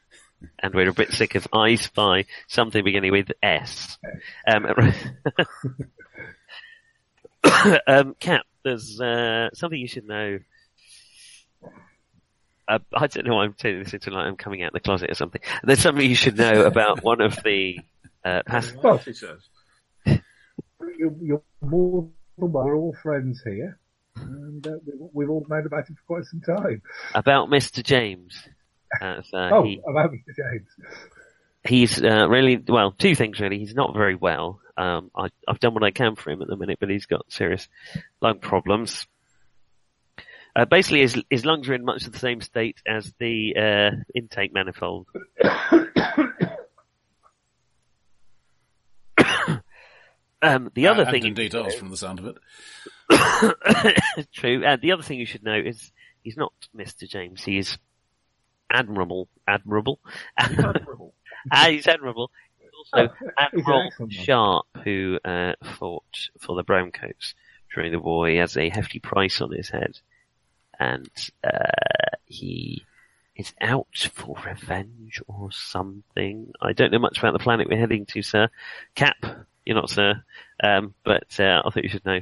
Speaker 3: and we're a bit sick of I Spy something beginning with S. Um, (laughs) um, Cap, there's uh, something you should know. Uh, I don't know why I'm turning this into like I'm coming out of the closet or something. There's something you should know about one of the uh, pass-
Speaker 4: What he says.
Speaker 6: You're, you're more than well. We're all friends here, and uh, we, we've all known about it for quite some time.
Speaker 3: about Mr. James. Uh, so
Speaker 6: oh,
Speaker 3: he,
Speaker 6: about Mr. James.
Speaker 3: he's uh, really well. Two things really. He's not very well. Um, I, I've done what I can for him at the minute, but he's got serious lung problems. Uh, basically, his his lungs are in much of the same state as the uh, intake manifold. (coughs) um, the other
Speaker 5: Uh, and
Speaker 3: thing,
Speaker 5: indeed, ours from the sound of it.
Speaker 3: (coughs) True. And the other thing you should know is he's not Mr. James. He is admirable. Admirable.
Speaker 4: (laughs) Admirable.
Speaker 3: Ah, he's admirable. Also,
Speaker 6: he's an
Speaker 3: Admiral
Speaker 6: excellent man.
Speaker 3: Sharp, who uh, fought for the Browncoats during the war, he has a hefty price on his head, and uh, he is out for revenge or something. I don't know much about the planet we're heading to, sir. Cap, you're not, sir, um, but uh, I thought you should know.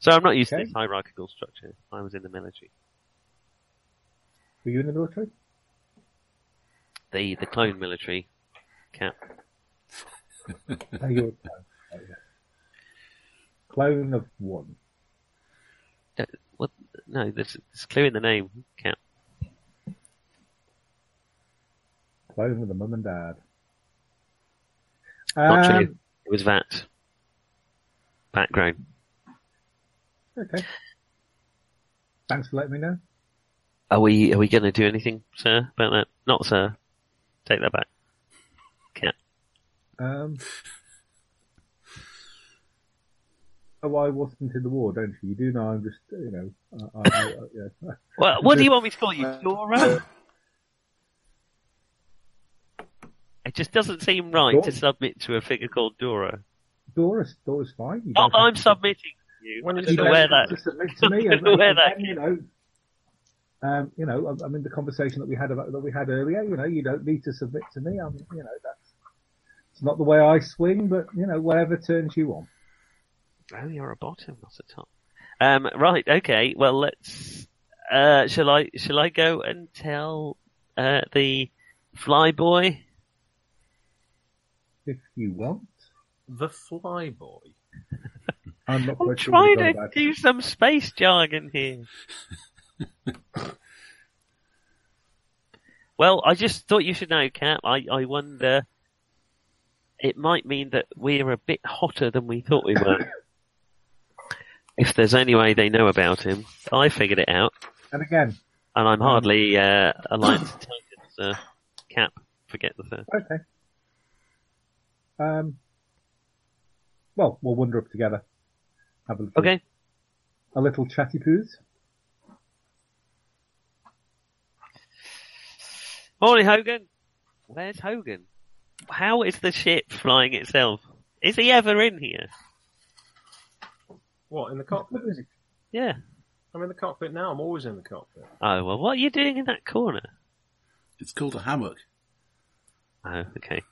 Speaker 3: So I'm not used
Speaker 6: Okay.
Speaker 3: to this hierarchical structure. I was in the military.
Speaker 6: Were you in the military?
Speaker 3: The the clone military. Cap.
Speaker 6: No, you were a clone. Oh, yes. Clone of one.
Speaker 3: What? No, there's, there's a clue in the name. Cap.
Speaker 6: Clone with a mum and dad.
Speaker 3: Not
Speaker 6: Um,
Speaker 3: true. It was that background.
Speaker 6: Okay. Thanks for letting me know.
Speaker 3: Are we are we going to do anything, sir, about that? Not, sir. Take that back. Cat.
Speaker 6: Um, oh, I wasn't in the war, don't you? You do know I'm just, you know, I, I, I, I, yeah. (laughs)
Speaker 3: Well, what do you want me to call you, Dora? just doesn't seem right
Speaker 6: Dora.
Speaker 3: to submit to a figure called Dora.
Speaker 6: Dora's, Dora's fine. You
Speaker 3: Oh,
Speaker 6: don't
Speaker 3: I'm
Speaker 6: have to-
Speaker 3: submitting to you.
Speaker 4: When
Speaker 3: When
Speaker 4: is
Speaker 3: is
Speaker 6: you
Speaker 3: just
Speaker 4: it-
Speaker 6: don't
Speaker 3: aware
Speaker 6: have
Speaker 3: that
Speaker 6: to submit
Speaker 3: (laughs)
Speaker 6: to me.
Speaker 3: Just aware
Speaker 6: And
Speaker 3: that.
Speaker 6: then, you know, um, you know, I, I mean, the conversation that we had about that we had earlier. You know, you don't need to submit to me. I'm, you know, that's it's not the way I swing, but you know, whatever turns you on.
Speaker 3: Oh, you're a bottom, not a top. Um, right, okay. Well, let's. Uh, shall I? Shall I go and tell uh, the flyboy?
Speaker 6: If you want,
Speaker 4: The Fly Boy.
Speaker 6: I'm not
Speaker 3: I'm
Speaker 6: quite sure what
Speaker 3: trying
Speaker 6: you're
Speaker 3: to
Speaker 6: on about.
Speaker 3: do some space jargon here. well, I just thought you should know, Cap. I, I wonder. It might mean that we're a bit hotter than we thought we were. if there's any way they know about him, I figured it out,
Speaker 6: And again,
Speaker 3: and I'm hardly uh, Alliance Titans uh, Cap. Forget the third.
Speaker 6: okay. Um, well, we'll wander up together. Have a little,
Speaker 3: Okay.
Speaker 6: a little chatty poos.
Speaker 3: Morning, Hogan. Where's Hogan? How is the ship flying itself? Is he ever in here?
Speaker 4: What, in the cockpit?
Speaker 3: Yeah.
Speaker 4: I'm in the cockpit now. I'm always in the cockpit.
Speaker 3: Oh, well, what are you doing in that corner?
Speaker 5: It's called a hammock.
Speaker 3: Oh, okay.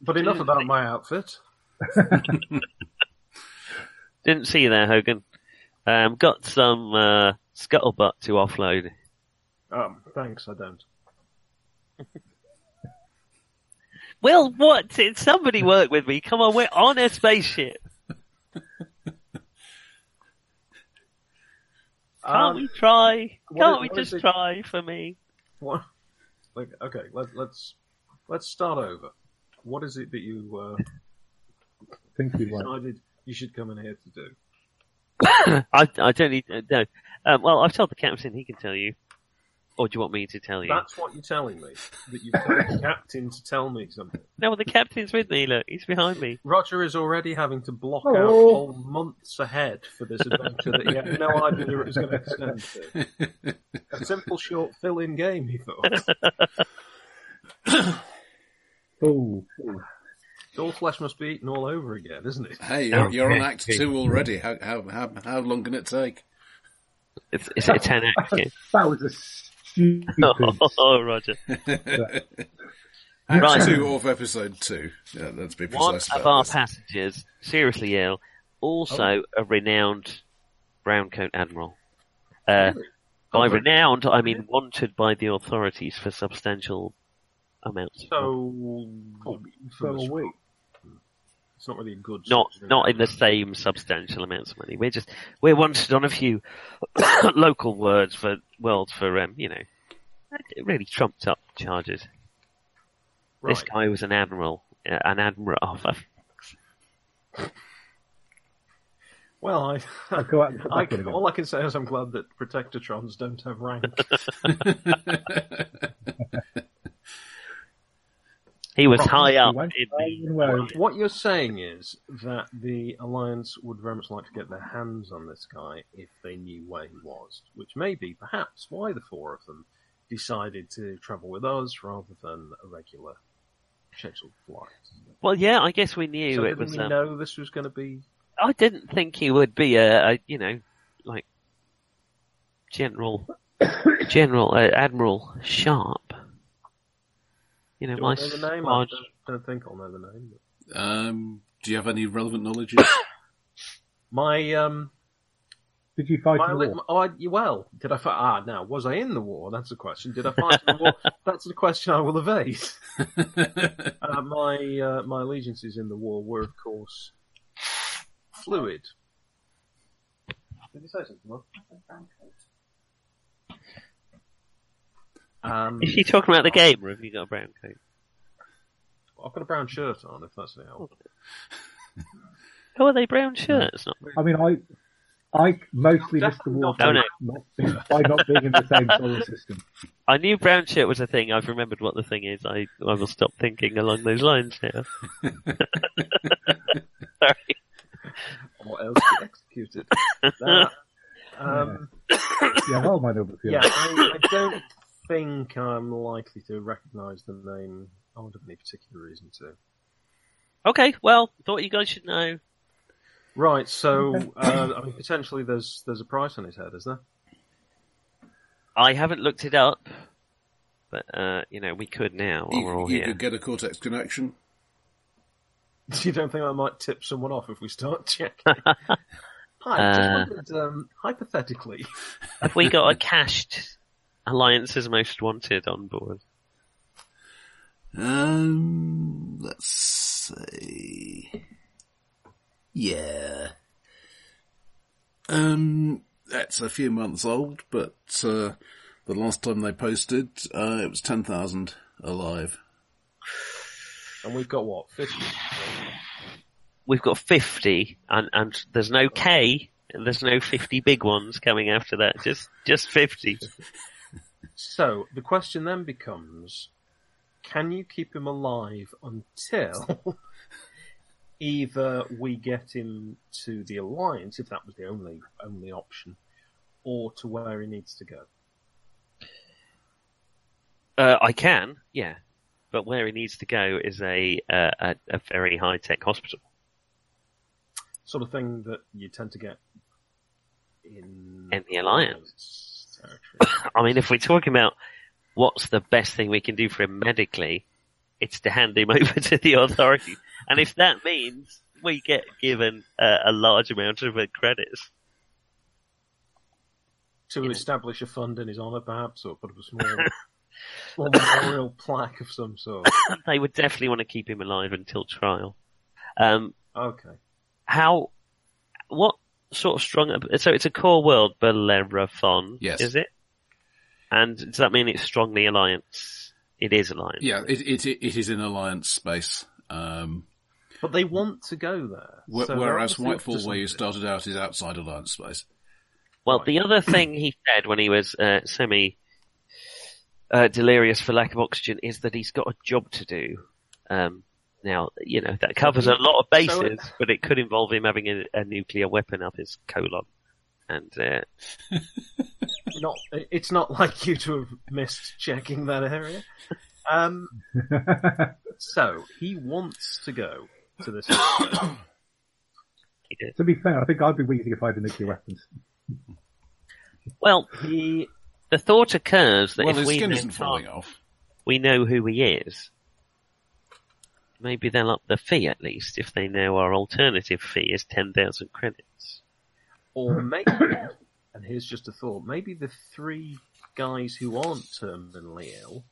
Speaker 4: But enough about my outfit.
Speaker 3: Didn't see you there, Hogan. Um, got some uh, scuttlebutt to offload.
Speaker 4: Um, thanks, I don't.
Speaker 3: Well, what? Did somebody work with me? Come on, we're on a spaceship. Can't
Speaker 4: Um,
Speaker 3: we try?
Speaker 4: what
Speaker 3: Can't
Speaker 4: is-
Speaker 3: we
Speaker 4: what is
Speaker 3: just
Speaker 4: it-
Speaker 3: try for me?
Speaker 4: (laughs)
Speaker 3: (coughs)
Speaker 4: what, like, okay, let, let's let's start over. What is it that you uh,
Speaker 6: Think you want.
Speaker 4: decided you should come in here to do?
Speaker 3: I, I don't need uh, no. Um, well, I've told the captain; he can tell you. Or do you want me to tell you?
Speaker 4: That's what you're telling me. That you've told (laughs) the captain to tell me something.
Speaker 3: No, well, the captain's with me. Look, he's behind me.
Speaker 4: Roger is already having to block out
Speaker 6: Hello.
Speaker 4: whole months ahead for this adventure that he had no idea it was going to extend to. A simple, short fill-in game, he thought.
Speaker 6: Oh,
Speaker 4: All flesh must be eaten all over again, isn't it?
Speaker 5: Hey, you're, you're on
Speaker 7: Okay.
Speaker 5: Act Two already. How, how how how long can it take? (laughs)
Speaker 3: It's, it's a (laughs) ten act game.
Speaker 6: that was a
Speaker 3: (laughs)
Speaker 6: stupid.
Speaker 3: oh, Roger.
Speaker 5: Act
Speaker 3: Right.
Speaker 5: Two of Episode Two. Yeah, let's be
Speaker 3: One
Speaker 5: precise
Speaker 3: of our
Speaker 5: about this.
Speaker 3: passengers, seriously ill, also a renowned brown coat admiral. Uh, by renowned, I mean wanted by the authorities for substantial amounts. of money.
Speaker 4: So,
Speaker 6: Oh, so are we.
Speaker 4: It's not really a good.
Speaker 3: not
Speaker 4: solution.
Speaker 3: not in the same substantial amounts of money. We're just we're wanted on a few (coughs) local words for words for um, you know really trumped up charges. This
Speaker 4: Right.
Speaker 3: guy was an admiral, uh, an admiral. Oh, for
Speaker 4: Well, I, (laughs) I,
Speaker 6: Go out and put
Speaker 4: I
Speaker 6: that in again.
Speaker 4: all I can say is I'm glad that Protectatrons don't have rank.
Speaker 3: He was
Speaker 4: Right,
Speaker 3: high up
Speaker 6: One
Speaker 3: in the.
Speaker 6: way.
Speaker 4: what you're saying is that the Alliance would very much like to get their hands on this guy if they knew where he was, which may be perhaps why the four of them decided to travel with us rather than a regular scheduled flight.
Speaker 3: Well, yeah, I guess we knew
Speaker 4: So
Speaker 3: it
Speaker 4: didn't
Speaker 3: was.
Speaker 4: we
Speaker 3: Um,
Speaker 4: know this was going to be?
Speaker 3: I didn't think he would be a, a you know like
Speaker 4: (coughs)
Speaker 3: general general uh, admiral sharp. You know,
Speaker 4: Do
Speaker 3: my
Speaker 4: I know the name? I
Speaker 3: squad-
Speaker 4: don't, don't think I'll know the name. but-
Speaker 5: Um, do you have any relevant
Speaker 3: (coughs)
Speaker 5: knowledges?
Speaker 4: My um,
Speaker 6: Did you fight
Speaker 4: My
Speaker 6: in the
Speaker 4: lit-
Speaker 6: war?
Speaker 4: oh, I, well, did I fight? Ah, now was I in the war? That's the question. Did I fight in the
Speaker 6: (laughs)
Speaker 4: war? That's the question I will evade. uh, my uh, my allegiances in the war were, of course, fluid. Did you say something? Mark? Um,
Speaker 3: Is she talking about the game, or have you got a brown coat?
Speaker 4: I've got a brown shirt on. If that's any help.
Speaker 3: Oh, are they brown shirts? Not
Speaker 6: I mean, I, I mostly missed the
Speaker 4: Definitely
Speaker 6: war
Speaker 4: not.
Speaker 3: No, no.
Speaker 6: not being, by not being in the same solar system.
Speaker 3: I knew brown shirt was a thing. I've remembered what the thing is. I, I will stop thinking along those lines now. Sorry.
Speaker 4: What else get
Speaker 6: (laughs)
Speaker 4: executed? That. Um,
Speaker 6: Yeah, well, my number
Speaker 4: yeah, I, I don't think I'm likely to recognise the name. I don't have any particular reason to.
Speaker 3: Okay, well, thought you guys should know.
Speaker 4: Right, (laughs) so uh, I mean, potentially there's there's a price on his head, is there?
Speaker 3: I haven't looked it up, but uh, you know we could now while we're
Speaker 5: You,
Speaker 3: all
Speaker 5: you
Speaker 3: here.
Speaker 5: could get a Cortex connection.
Speaker 4: (laughs) You don't think that might tip someone off if we start (laughs) checking? Hi, I
Speaker 3: Uh.
Speaker 4: just wondered, um, hypothetically,
Speaker 3: Have we got a cached Alliance's Most Wanted on board?
Speaker 7: Um, let's see. Yeah.
Speaker 5: Um, that's a few months old, but uh, the last time they posted, uh, it was ten thousand alive.
Speaker 4: and we've got what fifty.
Speaker 3: We've got fifty, and and there's no K. There's no fifty big ones coming after that. Just just fifty.
Speaker 4: So the question then becomes: Can you keep him alive
Speaker 3: (laughs)
Speaker 4: until either we get him to the alliance, if that was the only only option, or to where he needs to go?
Speaker 3: Uh, I can, yeah, but where he needs to go is a uh, a, a very high tech hospital.
Speaker 4: Sort of thing that you tend to get in
Speaker 3: In the Alliance.
Speaker 4: territory.
Speaker 3: (coughs) I mean, if we're talking about what's the best thing we can do for him medically, it's to hand him (laughs) over to the authorities. And if that means we get given uh, a large amount of uh, credits,
Speaker 4: to establish a fund in his honour, perhaps,
Speaker 3: (laughs)
Speaker 4: or put up a small, small memorial plaque of some
Speaker 3: (laughs)
Speaker 4: sort.
Speaker 3: they would definitely want to keep him alive until trial. Um,
Speaker 4: Okay.
Speaker 3: how, what sort of strong, so it's a core world Bellerophon,
Speaker 5: Yes.
Speaker 3: is it? And does that mean it's strongly alliance? It is alliance.
Speaker 5: Yeah, it it it is in alliance space. Um,
Speaker 4: But they want to go there.
Speaker 5: wh-
Speaker 4: so they're
Speaker 5: whereas
Speaker 4: obviously up to
Speaker 5: Whitefall, where you
Speaker 4: something.
Speaker 5: started out, is outside alliance space.
Speaker 3: Well,
Speaker 4: Right.
Speaker 3: the other thing he said when he was uh, semi uh, delirious for lack of oxygen is that he's got a job to do. Um, now, you know, that covers a lot of bases,
Speaker 4: So-
Speaker 3: but it could involve him having a, a nuclear weapon up his colon. And uh,
Speaker 4: Not, it's not (laughs) like you to have missed checking that area. Um, so, he wants to go to this. (coughs)
Speaker 3: he did.
Speaker 6: To be fair, I think I'd be wheezing if I had the nuclear weapons.
Speaker 3: Well,
Speaker 4: he,
Speaker 3: the thought occurs that
Speaker 5: Well,
Speaker 3: if
Speaker 5: his
Speaker 3: we
Speaker 5: skin
Speaker 3: know,
Speaker 5: isn't falling off.
Speaker 3: we know who he is, maybe they'll up the fee at least if they know our alternative fee is 10,000 credits.
Speaker 4: or maybe, and here's just a thought, maybe the three guys who aren't terminally ill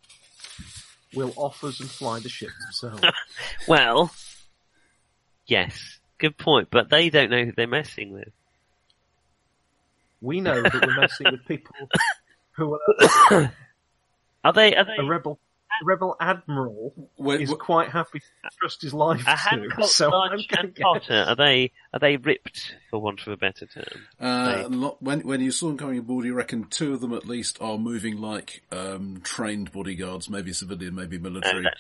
Speaker 4: will offer us and fly the ship themselves.
Speaker 3: Well, yes, good point, but they don't know who they're messing with.
Speaker 4: We know that we're messing with people who are
Speaker 3: Are they? Are they?
Speaker 4: a rebel. A rebel admiral
Speaker 5: Where,
Speaker 4: is
Speaker 5: wh-
Speaker 4: quite happy to trust his life
Speaker 3: Are
Speaker 4: to.
Speaker 3: Hancock,
Speaker 4: So I'm
Speaker 3: Lodge,
Speaker 4: gonna
Speaker 3: and
Speaker 4: guess-
Speaker 3: Potter are they? Are they ripped, for want of a better term?
Speaker 5: uh, lo- when when you saw them coming aboard, you reckon two of them at least are moving like um, trained bodyguards, maybe civilian, maybe
Speaker 3: No,
Speaker 5: military.
Speaker 3: that's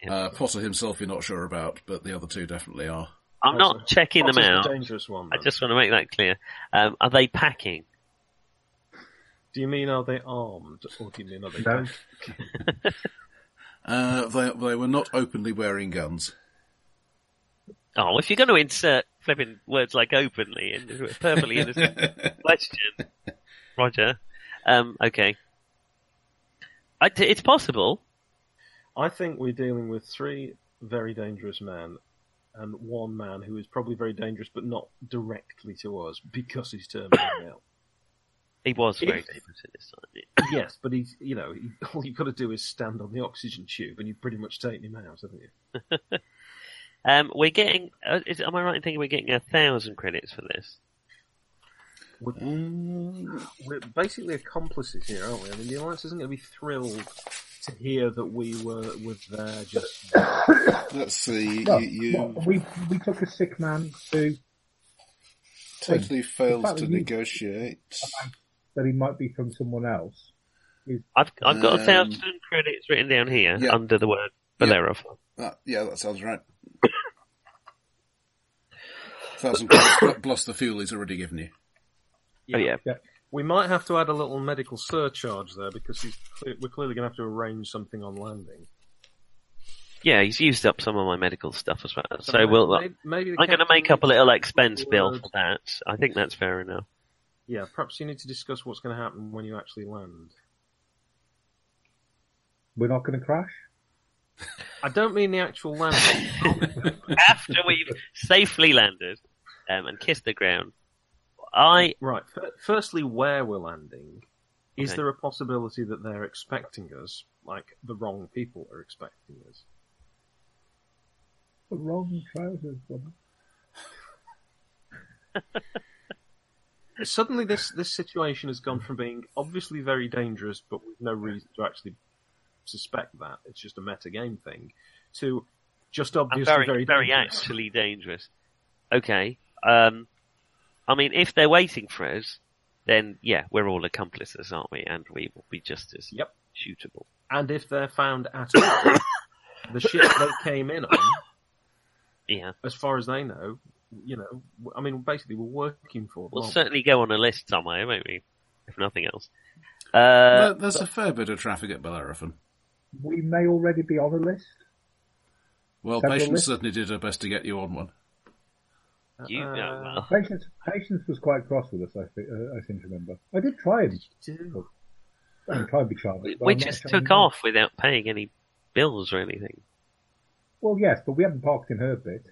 Speaker 3: not yet.
Speaker 5: Uh, Potter himself, you're not sure about, but the other two definitely are.
Speaker 3: I'm not
Speaker 4: Also,
Speaker 3: checking them
Speaker 4: Potter's the
Speaker 3: out.
Speaker 4: dangerous one.
Speaker 3: I
Speaker 4: though.
Speaker 3: just want to make that clear. Um, are they packing?
Speaker 4: Do you mean are they armed, or do you mean are they?
Speaker 6: No.
Speaker 5: Uh, they they were not openly wearing guns.
Speaker 3: Oh, if you're going to insert flipping words like openly into a perfectly innocent question, Roger. Um, okay. I t- it's possible.
Speaker 4: I think we're dealing with three very dangerous men, and one man who is probably very dangerous, but not directly to us because he's terminally ill.
Speaker 3: He was very
Speaker 4: If-
Speaker 3: dangerous at this time.
Speaker 4: Yes, but he's you know he, (laughs) all you've got to do is stand on the oxygen tube, and you've pretty much taken him out, haven't you?
Speaker 3: Um, we're getting. Uh, is, am I right in thinking we're getting a thousand credits for this?
Speaker 4: we're basically accomplices here, aren't we? I mean, the Alliance isn't going to be thrilled to hear that we were, were there just.
Speaker 5: Let's see.
Speaker 6: Well,
Speaker 5: you you
Speaker 6: well, we we took a sick man to
Speaker 5: totally
Speaker 6: fact
Speaker 5: failed to
Speaker 6: that you-
Speaker 5: negotiate.
Speaker 6: that he might be from someone else.
Speaker 3: I've I've got a
Speaker 5: Um,
Speaker 3: thousand credits written down here
Speaker 5: yeah.
Speaker 3: under the word
Speaker 5: Yeah.
Speaker 3: Belerov.
Speaker 5: That, yeah, that sounds right. Thousand credits pl- plus the fuel he's already given you.
Speaker 3: Oh yeah.
Speaker 6: Yeah.
Speaker 4: We might have to add a little medical surcharge there because he's, cle- we're clearly going to have to arrange something on landing.
Speaker 3: Yeah, he's used up some of my medical stuff as well. So we'll.
Speaker 4: Maybe- maybe the
Speaker 3: I'm going to
Speaker 4: captain
Speaker 3: make up a
Speaker 4: needs
Speaker 3: little
Speaker 4: to-
Speaker 3: expense bill
Speaker 4: word.
Speaker 3: for that. I think that's fair enough.
Speaker 4: Yeah, perhaps you need to discuss what's going to happen when you actually land.
Speaker 6: We're not going to crash.
Speaker 4: I don't mean the actual landing.
Speaker 3: (laughs) After we've safely landed um, and kissed the ground, I
Speaker 4: right. fir- Firstly, where we're landing. Is
Speaker 3: Okay.
Speaker 4: there a possibility that they're expecting us, like the wrong people are expecting us?
Speaker 6: The wrong trousers. woman.
Speaker 4: Suddenly, this this situation has gone from being obviously very dangerous, but with no reason to actually suspect that it's just a metagame thing, to just
Speaker 3: am
Speaker 4: obviously
Speaker 3: very,
Speaker 4: very
Speaker 3: very,
Speaker 4: dangerous.
Speaker 3: actually dangerous. Okay. Um, I mean, if they're waiting for us, then yeah, we're all accomplices, aren't we? And we will be just as
Speaker 4: Yep.
Speaker 3: shootable.
Speaker 4: And if they're found at all, (coughs) the ship they came in on,
Speaker 3: Yeah.
Speaker 4: as far as they know, you know, w- I mean, basically we're working for them.
Speaker 3: We'll
Speaker 4: aren't we?
Speaker 3: certainly go on a list somewhere, won't we? If nothing else. Uh,
Speaker 5: There- there's a fair bit of traffic at Bellerophon.
Speaker 6: We may already be on a list.
Speaker 5: Well,
Speaker 6: Several
Speaker 5: Patience
Speaker 6: lists?
Speaker 5: certainly did her best to get you on one.
Speaker 3: you know,
Speaker 4: Uh,
Speaker 3: well,
Speaker 6: Patience, patience was quite cross with us. I think uh, I seem to remember. I did try and
Speaker 4: do.
Speaker 6: I didn't try and be charming. but
Speaker 3: we
Speaker 6: I'm not
Speaker 3: just
Speaker 6: charming
Speaker 3: took
Speaker 6: now.
Speaker 3: off without paying any bills or anything.
Speaker 6: Well, yes, but we hadn't parked in her bit.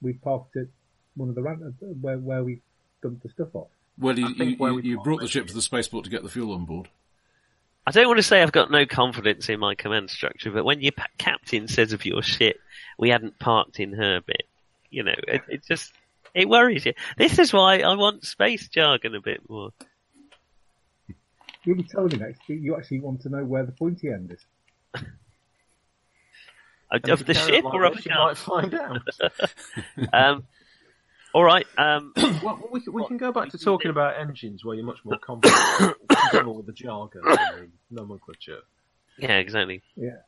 Speaker 6: We parked at one of the ran- where where we dumped the stuff off.
Speaker 5: Well, you,
Speaker 4: I think
Speaker 5: you,
Speaker 4: where
Speaker 5: you,
Speaker 4: we
Speaker 5: you
Speaker 4: parked
Speaker 5: brought the
Speaker 4: it.
Speaker 5: ship to the spaceport to get the fuel on board. (coughs)
Speaker 3: I don't want to say I've got no confidence in my command structure, but when your pa- captain says of your ship, we hadn't parked in her bit, you know, it, it just, it worries you. This is why I want space jargon a bit more.
Speaker 6: You'll be telling me next. that You actually want to know where the pointy end is.
Speaker 3: Of,
Speaker 4: And
Speaker 3: of
Speaker 4: if
Speaker 3: the
Speaker 4: you carry
Speaker 3: ship
Speaker 4: on
Speaker 3: or
Speaker 4: like
Speaker 3: of
Speaker 4: this,
Speaker 3: the
Speaker 4: you might find out.
Speaker 3: (laughs) gun? Um, all right, um, (coughs)
Speaker 4: well, we, can- we can go back to talking about engines, where you're
Speaker 3: (coughs)
Speaker 4: much more confident comfortable with the jargon and the nomenclature.
Speaker 3: yeah, exactly.
Speaker 6: Yeah.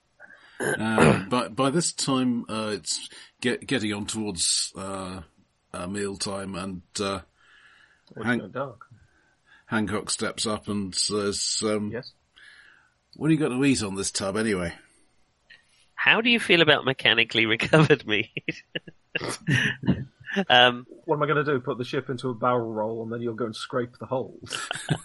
Speaker 5: Um, but by this time, uh, it's get, getting on towards uh, uh, meal time, and uh,
Speaker 4: Or
Speaker 5: Hang-
Speaker 4: go dark.
Speaker 5: Hancock steps up and says, um,
Speaker 4: Yes.
Speaker 5: "What do you got to eat on this tub, anyway?"
Speaker 3: How do you feel about mechanically (laughs) recovered meat? (laughs) um,
Speaker 4: What am I going to do? Put the ship into a barrel roll, and then you'll go and scrape the holes.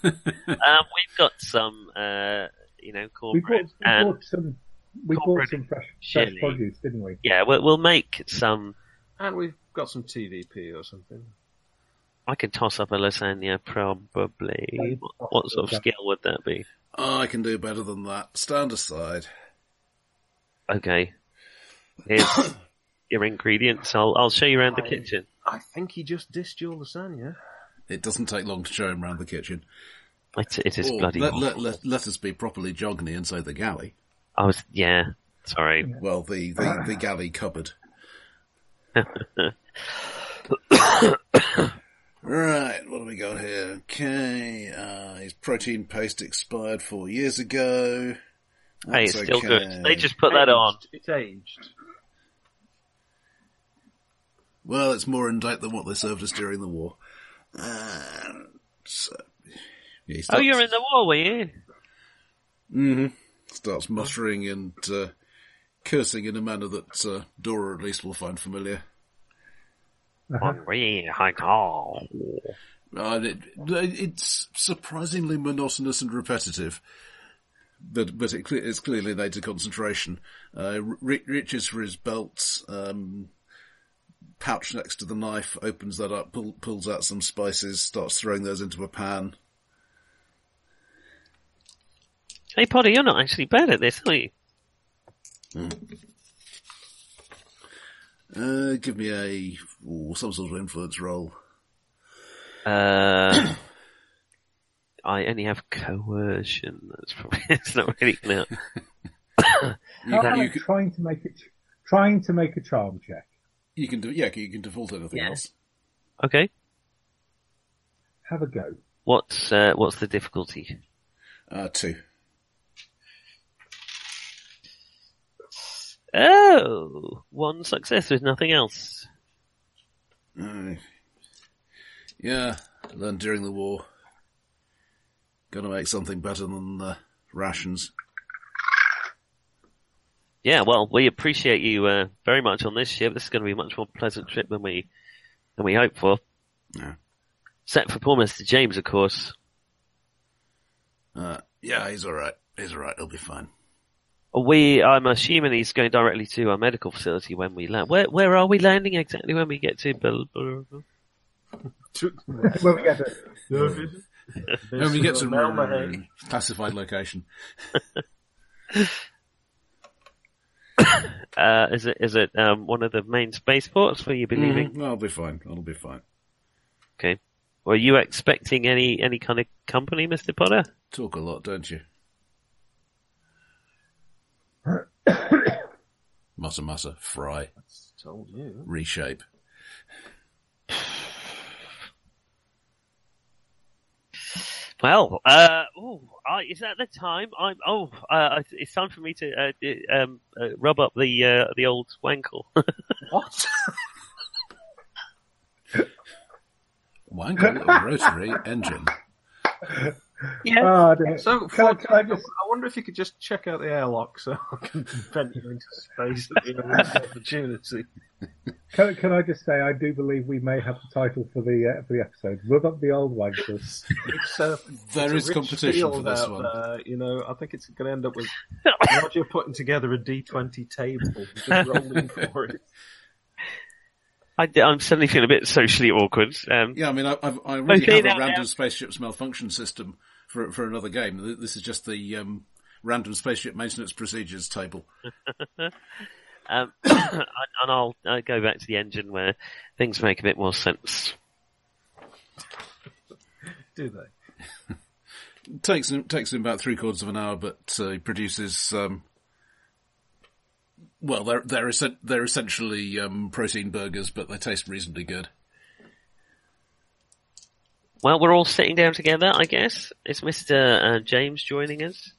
Speaker 3: um, we've got some, uh, you know,
Speaker 6: We
Speaker 3: cornbread
Speaker 6: bought, we
Speaker 3: and
Speaker 6: bought some. We
Speaker 3: corporate
Speaker 6: bought some fresh, fresh
Speaker 3: chili.
Speaker 6: produce, didn't we?
Speaker 3: yeah, we'll, we'll make some.
Speaker 4: (laughs) And we've got some TVP or something.
Speaker 3: I could toss up a lasagna probably. What, what sort of skill would that be?
Speaker 5: Oh, I can do better than that. Stand aside.
Speaker 3: Okay. Here's your ingredients. I'll, I'll show you around the kitchen.
Speaker 4: I think he just dissed your lasagna.
Speaker 5: It doesn't take long to show him round the kitchen.
Speaker 3: It's, it is
Speaker 5: Or
Speaker 3: bloody
Speaker 5: let,
Speaker 3: awful.
Speaker 5: let, let, let us be properly jogny and say the galley.
Speaker 3: I was, yeah, sorry.
Speaker 5: Well, the, the, the galley cupboard. right, what have we got here? Okay, uh, his protein paste expired four years ago.
Speaker 3: hey,
Speaker 5: That's
Speaker 3: it's still
Speaker 5: okay.
Speaker 3: good. They just put that on.
Speaker 4: Aged. It's aged.
Speaker 5: Well, it's more in date than what they served us during the war. Uh, so, yeah, he
Speaker 3: Oh,
Speaker 5: starts,
Speaker 3: you're in the war, were you?
Speaker 5: starts muttering and uh, cursing in a manner that uh, Dora at least will find familiar.
Speaker 3: Henri, I call.
Speaker 5: Uh, it, it's surprisingly monotonous and repetitive. But but it, cle- it's clearly laid to concentration. Uh, re- reaches for his belt, um, pouch next to the knife, opens that up, pull, pulls out some spices, starts throwing those into a pan.
Speaker 3: Hey, Potter, you're not actually bad at this, are you?
Speaker 5: Uh, give me a ooh, some sort of influence roll.
Speaker 3: Uh, (coughs) I only have coercion. That's probably, (laughs) it's not really, no.
Speaker 5: You
Speaker 6: How
Speaker 5: can, you
Speaker 6: about
Speaker 5: can,
Speaker 6: trying to make it, trying to make a charm check.
Speaker 5: you can do yeah you can default anything
Speaker 3: Yeah.
Speaker 5: else.
Speaker 3: Okay.
Speaker 6: Have a go.
Speaker 3: What's, uh, what's the difficulty?
Speaker 5: Uh, two.
Speaker 3: Oh, one success with nothing else.
Speaker 5: Uh, yeah, learned during the war. Got to make something better than uh, rations.
Speaker 3: Yeah, well, we appreciate you uh, very much on this ship. This is going to be a much more pleasant trip than we than we hoped for.
Speaker 5: Yeah.
Speaker 3: Except for poor Mister James, of course.
Speaker 5: Uh, yeah, he's all right. He's all right. He'll be fine.
Speaker 3: We, I'm assuming he's going directly to our medical facility when we land. Where where are we landing exactly when we get to? Bel- Bel- Bel-
Speaker 6: When we get to
Speaker 5: When we get to
Speaker 4: Malmahane.
Speaker 5: classified location,
Speaker 3: Uh, is it is it um, one of the main spaceports where you'll be leaving?
Speaker 5: Mm-hmm. I'll be fine. I'll be fine.
Speaker 3: Okay. Were you expecting any any kind of company, Mister Potter?
Speaker 5: Talk a lot, don't
Speaker 4: (coughs)
Speaker 5: you? mutter, mutter, fry,
Speaker 4: Told you. (coughs)
Speaker 5: reshape.
Speaker 3: Well, uh, ooh, I, is that the time? I'm. Oh, uh, it's- it's time for me to uh, d- um, uh, rub up the uh, the old wankle. (laughs)
Speaker 4: (laughs) What?
Speaker 5: Wangle, a rotary engine.
Speaker 3: yeah.
Speaker 6: oh, dear.
Speaker 4: So,
Speaker 6: Can I-
Speaker 4: Ford,
Speaker 6: can I just-
Speaker 4: I wonder if you could just check out the airlock so I can (laughs) venture into space at the earliest opportunity.
Speaker 6: Can, can I just say, I do believe we may have the title for the uh, for the episode. Rub up the old wankers.
Speaker 4: It's, uh,
Speaker 5: There
Speaker 4: it's
Speaker 5: is
Speaker 4: a rich
Speaker 5: competition for
Speaker 4: field
Speaker 5: this
Speaker 4: out
Speaker 5: one.
Speaker 4: there, you know, I think it's going to end up with Roger putting together a D20 table, just rolling for it.
Speaker 3: I, am suddenly feeling a bit socially awkward. Um,
Speaker 5: Yeah, I mean, I, I've, I really
Speaker 3: Okay,
Speaker 5: have a
Speaker 3: now-
Speaker 5: random
Speaker 3: now-
Speaker 5: spaceships malfunction system for for another game. Th- This is just the um, random spaceship maintenance procedures table.
Speaker 3: um, (coughs) and and I'll uh, go back to the engine where things make a bit more sense.
Speaker 4: Do they?
Speaker 5: takes him takes him about three quarters of an hour, but uh, he produces. Um, well, they're they're essen- they're essentially um, protein burgers, but they taste reasonably good.
Speaker 3: Well, we're all sitting down together, I guess. Is Mister uh, James joining us?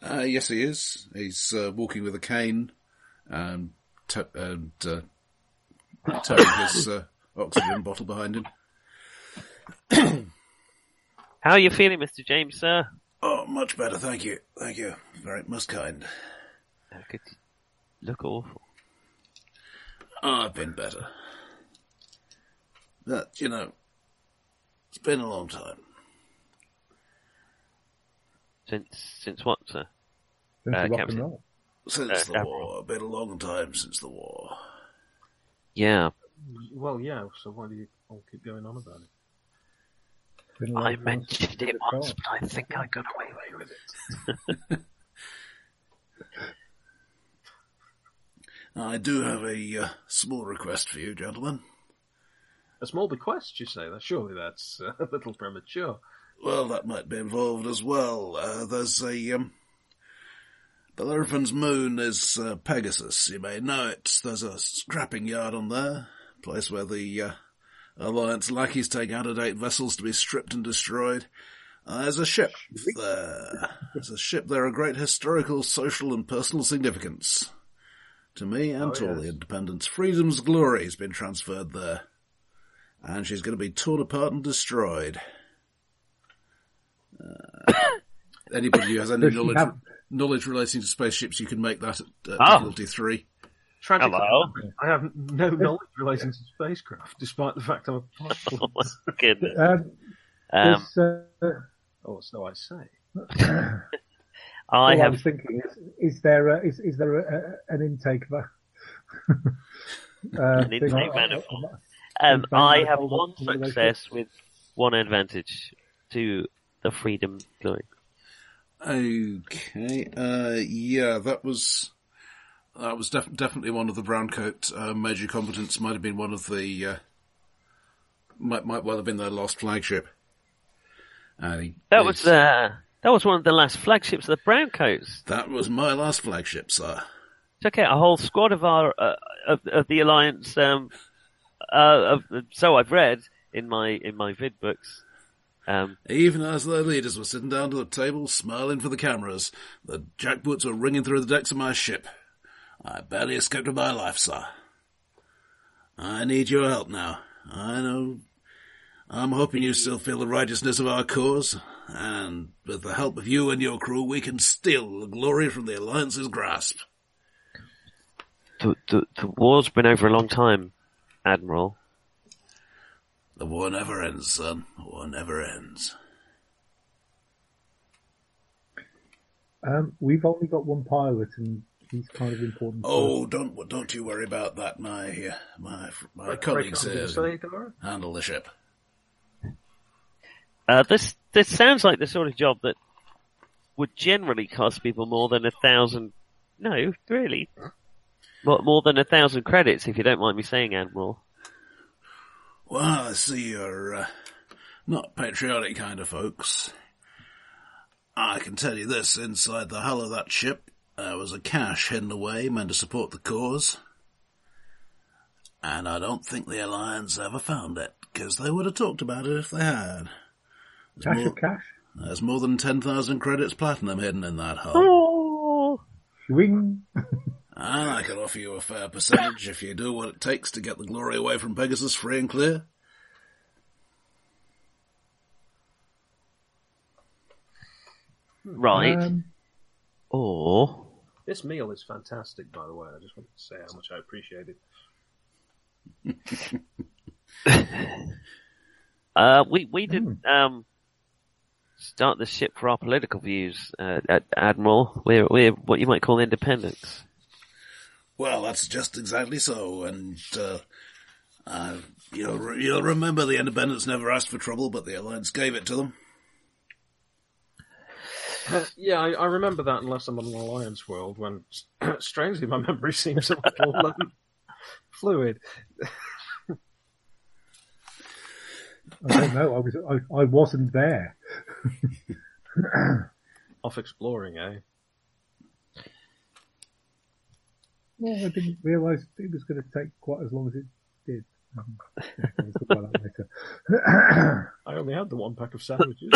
Speaker 5: Uh, yes, he is. He's uh, walking with a cane, um, to- and uh, towing his uh, oxygen bottle behind him.
Speaker 3: How are you feeling, Mister James, sir?
Speaker 5: Oh, much better, thank you, thank you, very most kind.
Speaker 3: Oh, good. Look awful.
Speaker 5: I've been better. That, you know, it's been a long time.
Speaker 3: Since since what, sir?
Speaker 6: Since
Speaker 3: Uh,
Speaker 6: the rock
Speaker 3: Captain.
Speaker 6: and roll.
Speaker 5: Since
Speaker 3: Uh,
Speaker 5: the
Speaker 3: Admiral.
Speaker 5: war. Been a long time since the war.
Speaker 3: Yeah,
Speaker 4: Well, yeah, so why do you all keep going on about it?
Speaker 6: Been a long
Speaker 3: I
Speaker 6: time since
Speaker 3: mentioned
Speaker 6: we
Speaker 3: it
Speaker 6: did a
Speaker 3: once,
Speaker 6: film.
Speaker 3: but I think I got away with it.
Speaker 5: I do have a uh, small request for you, gentlemen.
Speaker 4: A small bequest, you say? That surely that's uh, (laughs) a little premature.
Speaker 5: Well, that might be involved as well. Uh, there's a. Um, Bellerophon's moon is uh, Pegasus. You may know it. There's a scrapping yard on there, place where the uh, Alliance lackeys take out of date vessels to be stripped and destroyed. Uh, there's a ship there. There's a ship there of great historical, social, and personal significance. To me and
Speaker 4: Oh,
Speaker 5: to all
Speaker 4: yes.
Speaker 5: the independence, freedom's glory has been transferred there. And she's going to be torn apart and destroyed. Uh, (coughs) anybody who has any
Speaker 6: Does she
Speaker 5: knowledge
Speaker 6: have-
Speaker 5: knowledge relating to spaceships, you can make that at, at
Speaker 3: Ah.
Speaker 5: difficulty three.
Speaker 4: Tragically,
Speaker 3: Hello?
Speaker 4: (laughs) I have no knowledge relating to spacecraft, despite the fact I'm a pilot.
Speaker 3: (laughs) Goodness.
Speaker 6: Um,
Speaker 3: Um,
Speaker 6: this, uh,
Speaker 4: or Oh, so I say.
Speaker 3: I
Speaker 6: all I
Speaker 3: have
Speaker 6: was thinking is, is there a, is, is there a, a, an intake of a, (laughs) uh,
Speaker 3: An
Speaker 6: thing
Speaker 3: intake
Speaker 6: on- on-
Speaker 3: manifold.
Speaker 6: on-
Speaker 3: um,
Speaker 6: Thank
Speaker 3: I
Speaker 6: you.
Speaker 3: have
Speaker 6: Hold
Speaker 3: one
Speaker 6: on. Hold on.
Speaker 3: success with one advantage to the freedom glory.
Speaker 5: Okay, uh, yeah, that was that was def- definitely one of the brown coat uh, major competence. Might have been one of the uh, might might well have been their last flagship. Uh, he-
Speaker 3: That
Speaker 5: he-
Speaker 3: was the that was one of the last flagships of the Browncoats.
Speaker 5: that was my last flagship, sir.
Speaker 3: Took out a whole squad of our uh, of, of the alliance. Um, uh, of, so I've read in my in my vid books. Um,
Speaker 5: Even as their leaders were sitting down to the table, smiling for the cameras, the jackboots were ringing through the decks of my ship. I barely escaped with my life, sir. I need your help now. I know. I'm hoping you still feel the righteousness of our cause, And with the help of you and your crew, we can steal the glory from the Alliance's grasp.
Speaker 3: The, the, the war's been over a long time, Admiral.
Speaker 5: The war never ends, son. The war never ends.
Speaker 6: Um, we've only got one pilot, and he's kind of important. to us.
Speaker 5: Oh, don't don't you worry about that. My uh, my my colleagues uh,
Speaker 4: Reckon I'm
Speaker 5: here
Speaker 4: gonna say, Dara?
Speaker 5: handle the ship.
Speaker 3: Uh, this this sounds like the sort of job that would generally cost people more than a thousand. No, really, more, more than a thousand credits, if you don't mind me saying, Admiral.
Speaker 5: Well, I see you're uh, not patriotic kind of folks. I can tell you this: inside the hull of that ship, there was a cache hidden away meant to support the cause, and I don't think the Alliance ever found it because they would have talked about it if they had. There's
Speaker 6: Cash or
Speaker 5: more,
Speaker 6: cash?
Speaker 5: there's more than ten thousand credits platinum hidden in that hull.
Speaker 3: Oh,
Speaker 6: Ring.
Speaker 5: And I can offer you a fair percentage if you do what it takes to get the glory away from Pegasus free and clear.
Speaker 3: right.
Speaker 6: Um,
Speaker 3: or
Speaker 4: This meal is fantastic, by the way. I just wanted to say how much I appreciate it.
Speaker 3: uh, we we didn't um start the ship for our political views, uh, Ad- Admiral. We're we're what you might call independents.
Speaker 5: Well, that's just exactly so, and uh, uh, you'll, re- you'll remember the Independents never asked for trouble, but the Alliance gave it to them.
Speaker 4: Uh, yeah, I, I remember that unless I'm on an Alliance world when, (clears throat) strangely, my memory seems a little um, fluid.
Speaker 6: I don't know. I was I, I wasn't there.
Speaker 4: Off exploring, eh?
Speaker 6: Well, I didn't realise it was going to take quite as long as it did. Um, yeah, we'll talk about that later.
Speaker 4: I only had the one pack
Speaker 3: (coughs)
Speaker 4: of sandwiches.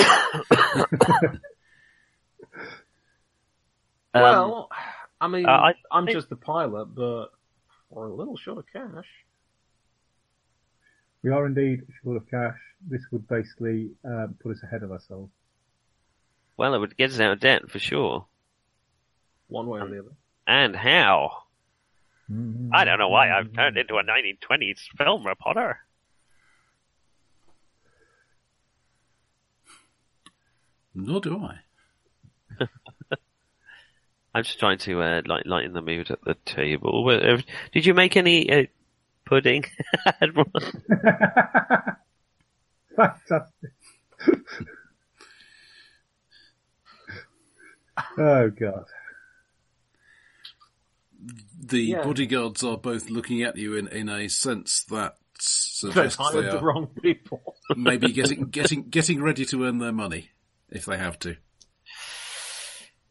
Speaker 3: Um,
Speaker 4: well, I mean,
Speaker 3: uh, I
Speaker 4: I'm
Speaker 3: think-
Speaker 4: just the pilot, but we're a little short of cash.
Speaker 6: (coughs) We are indeed short of cash. This would basically um, put us ahead of ourselves.
Speaker 3: well, it would get us out of debt for sure.
Speaker 4: One way or the other. (laughs)
Speaker 3: And how? I don't know why I've turned into a 1920s film reporter.
Speaker 5: Nor do I.
Speaker 3: I'm just trying to uh, light, lighten the mood at the table. Well, uh, Did you make any uh, pudding? (laughs) Admiral?
Speaker 6: Fantastic. oh god.
Speaker 5: The
Speaker 4: Yeah.
Speaker 5: bodyguards are both looking at you in, in a sense that
Speaker 4: (laughs) They
Speaker 5: suggests they
Speaker 4: hired the
Speaker 5: are
Speaker 4: wrong people. (laughs)
Speaker 5: maybe getting getting getting ready to earn their money if they have to.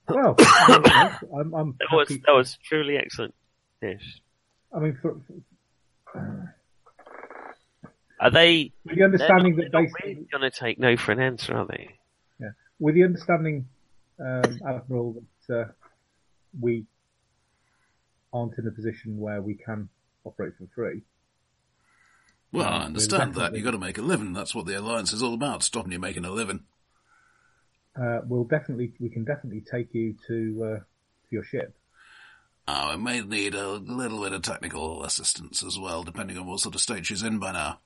Speaker 6: Well, (coughs) I'm, I'm
Speaker 3: that was
Speaker 6: happy.
Speaker 3: that was truly excellent dish.
Speaker 6: I mean, for, for
Speaker 3: Are they?
Speaker 6: the
Speaker 3: They're
Speaker 6: understanding
Speaker 3: not,
Speaker 6: that
Speaker 3: they're not
Speaker 6: basically,
Speaker 3: really going to take no for an answer, are they?
Speaker 6: with the understanding, um, Admiral, that uh, we aren't in a position where we can operate for free.
Speaker 5: Well, I
Speaker 6: Mm,
Speaker 5: understand that.
Speaker 6: definitely.
Speaker 5: You've got to make a living. That's what the Alliance is all about, stopping you making a living.
Speaker 6: Uh, we'll definitely, we can definitely take you to uh, to your ship.
Speaker 5: Oh, I may need a little bit of technical assistance as well, depending on what sort of state she's in by now.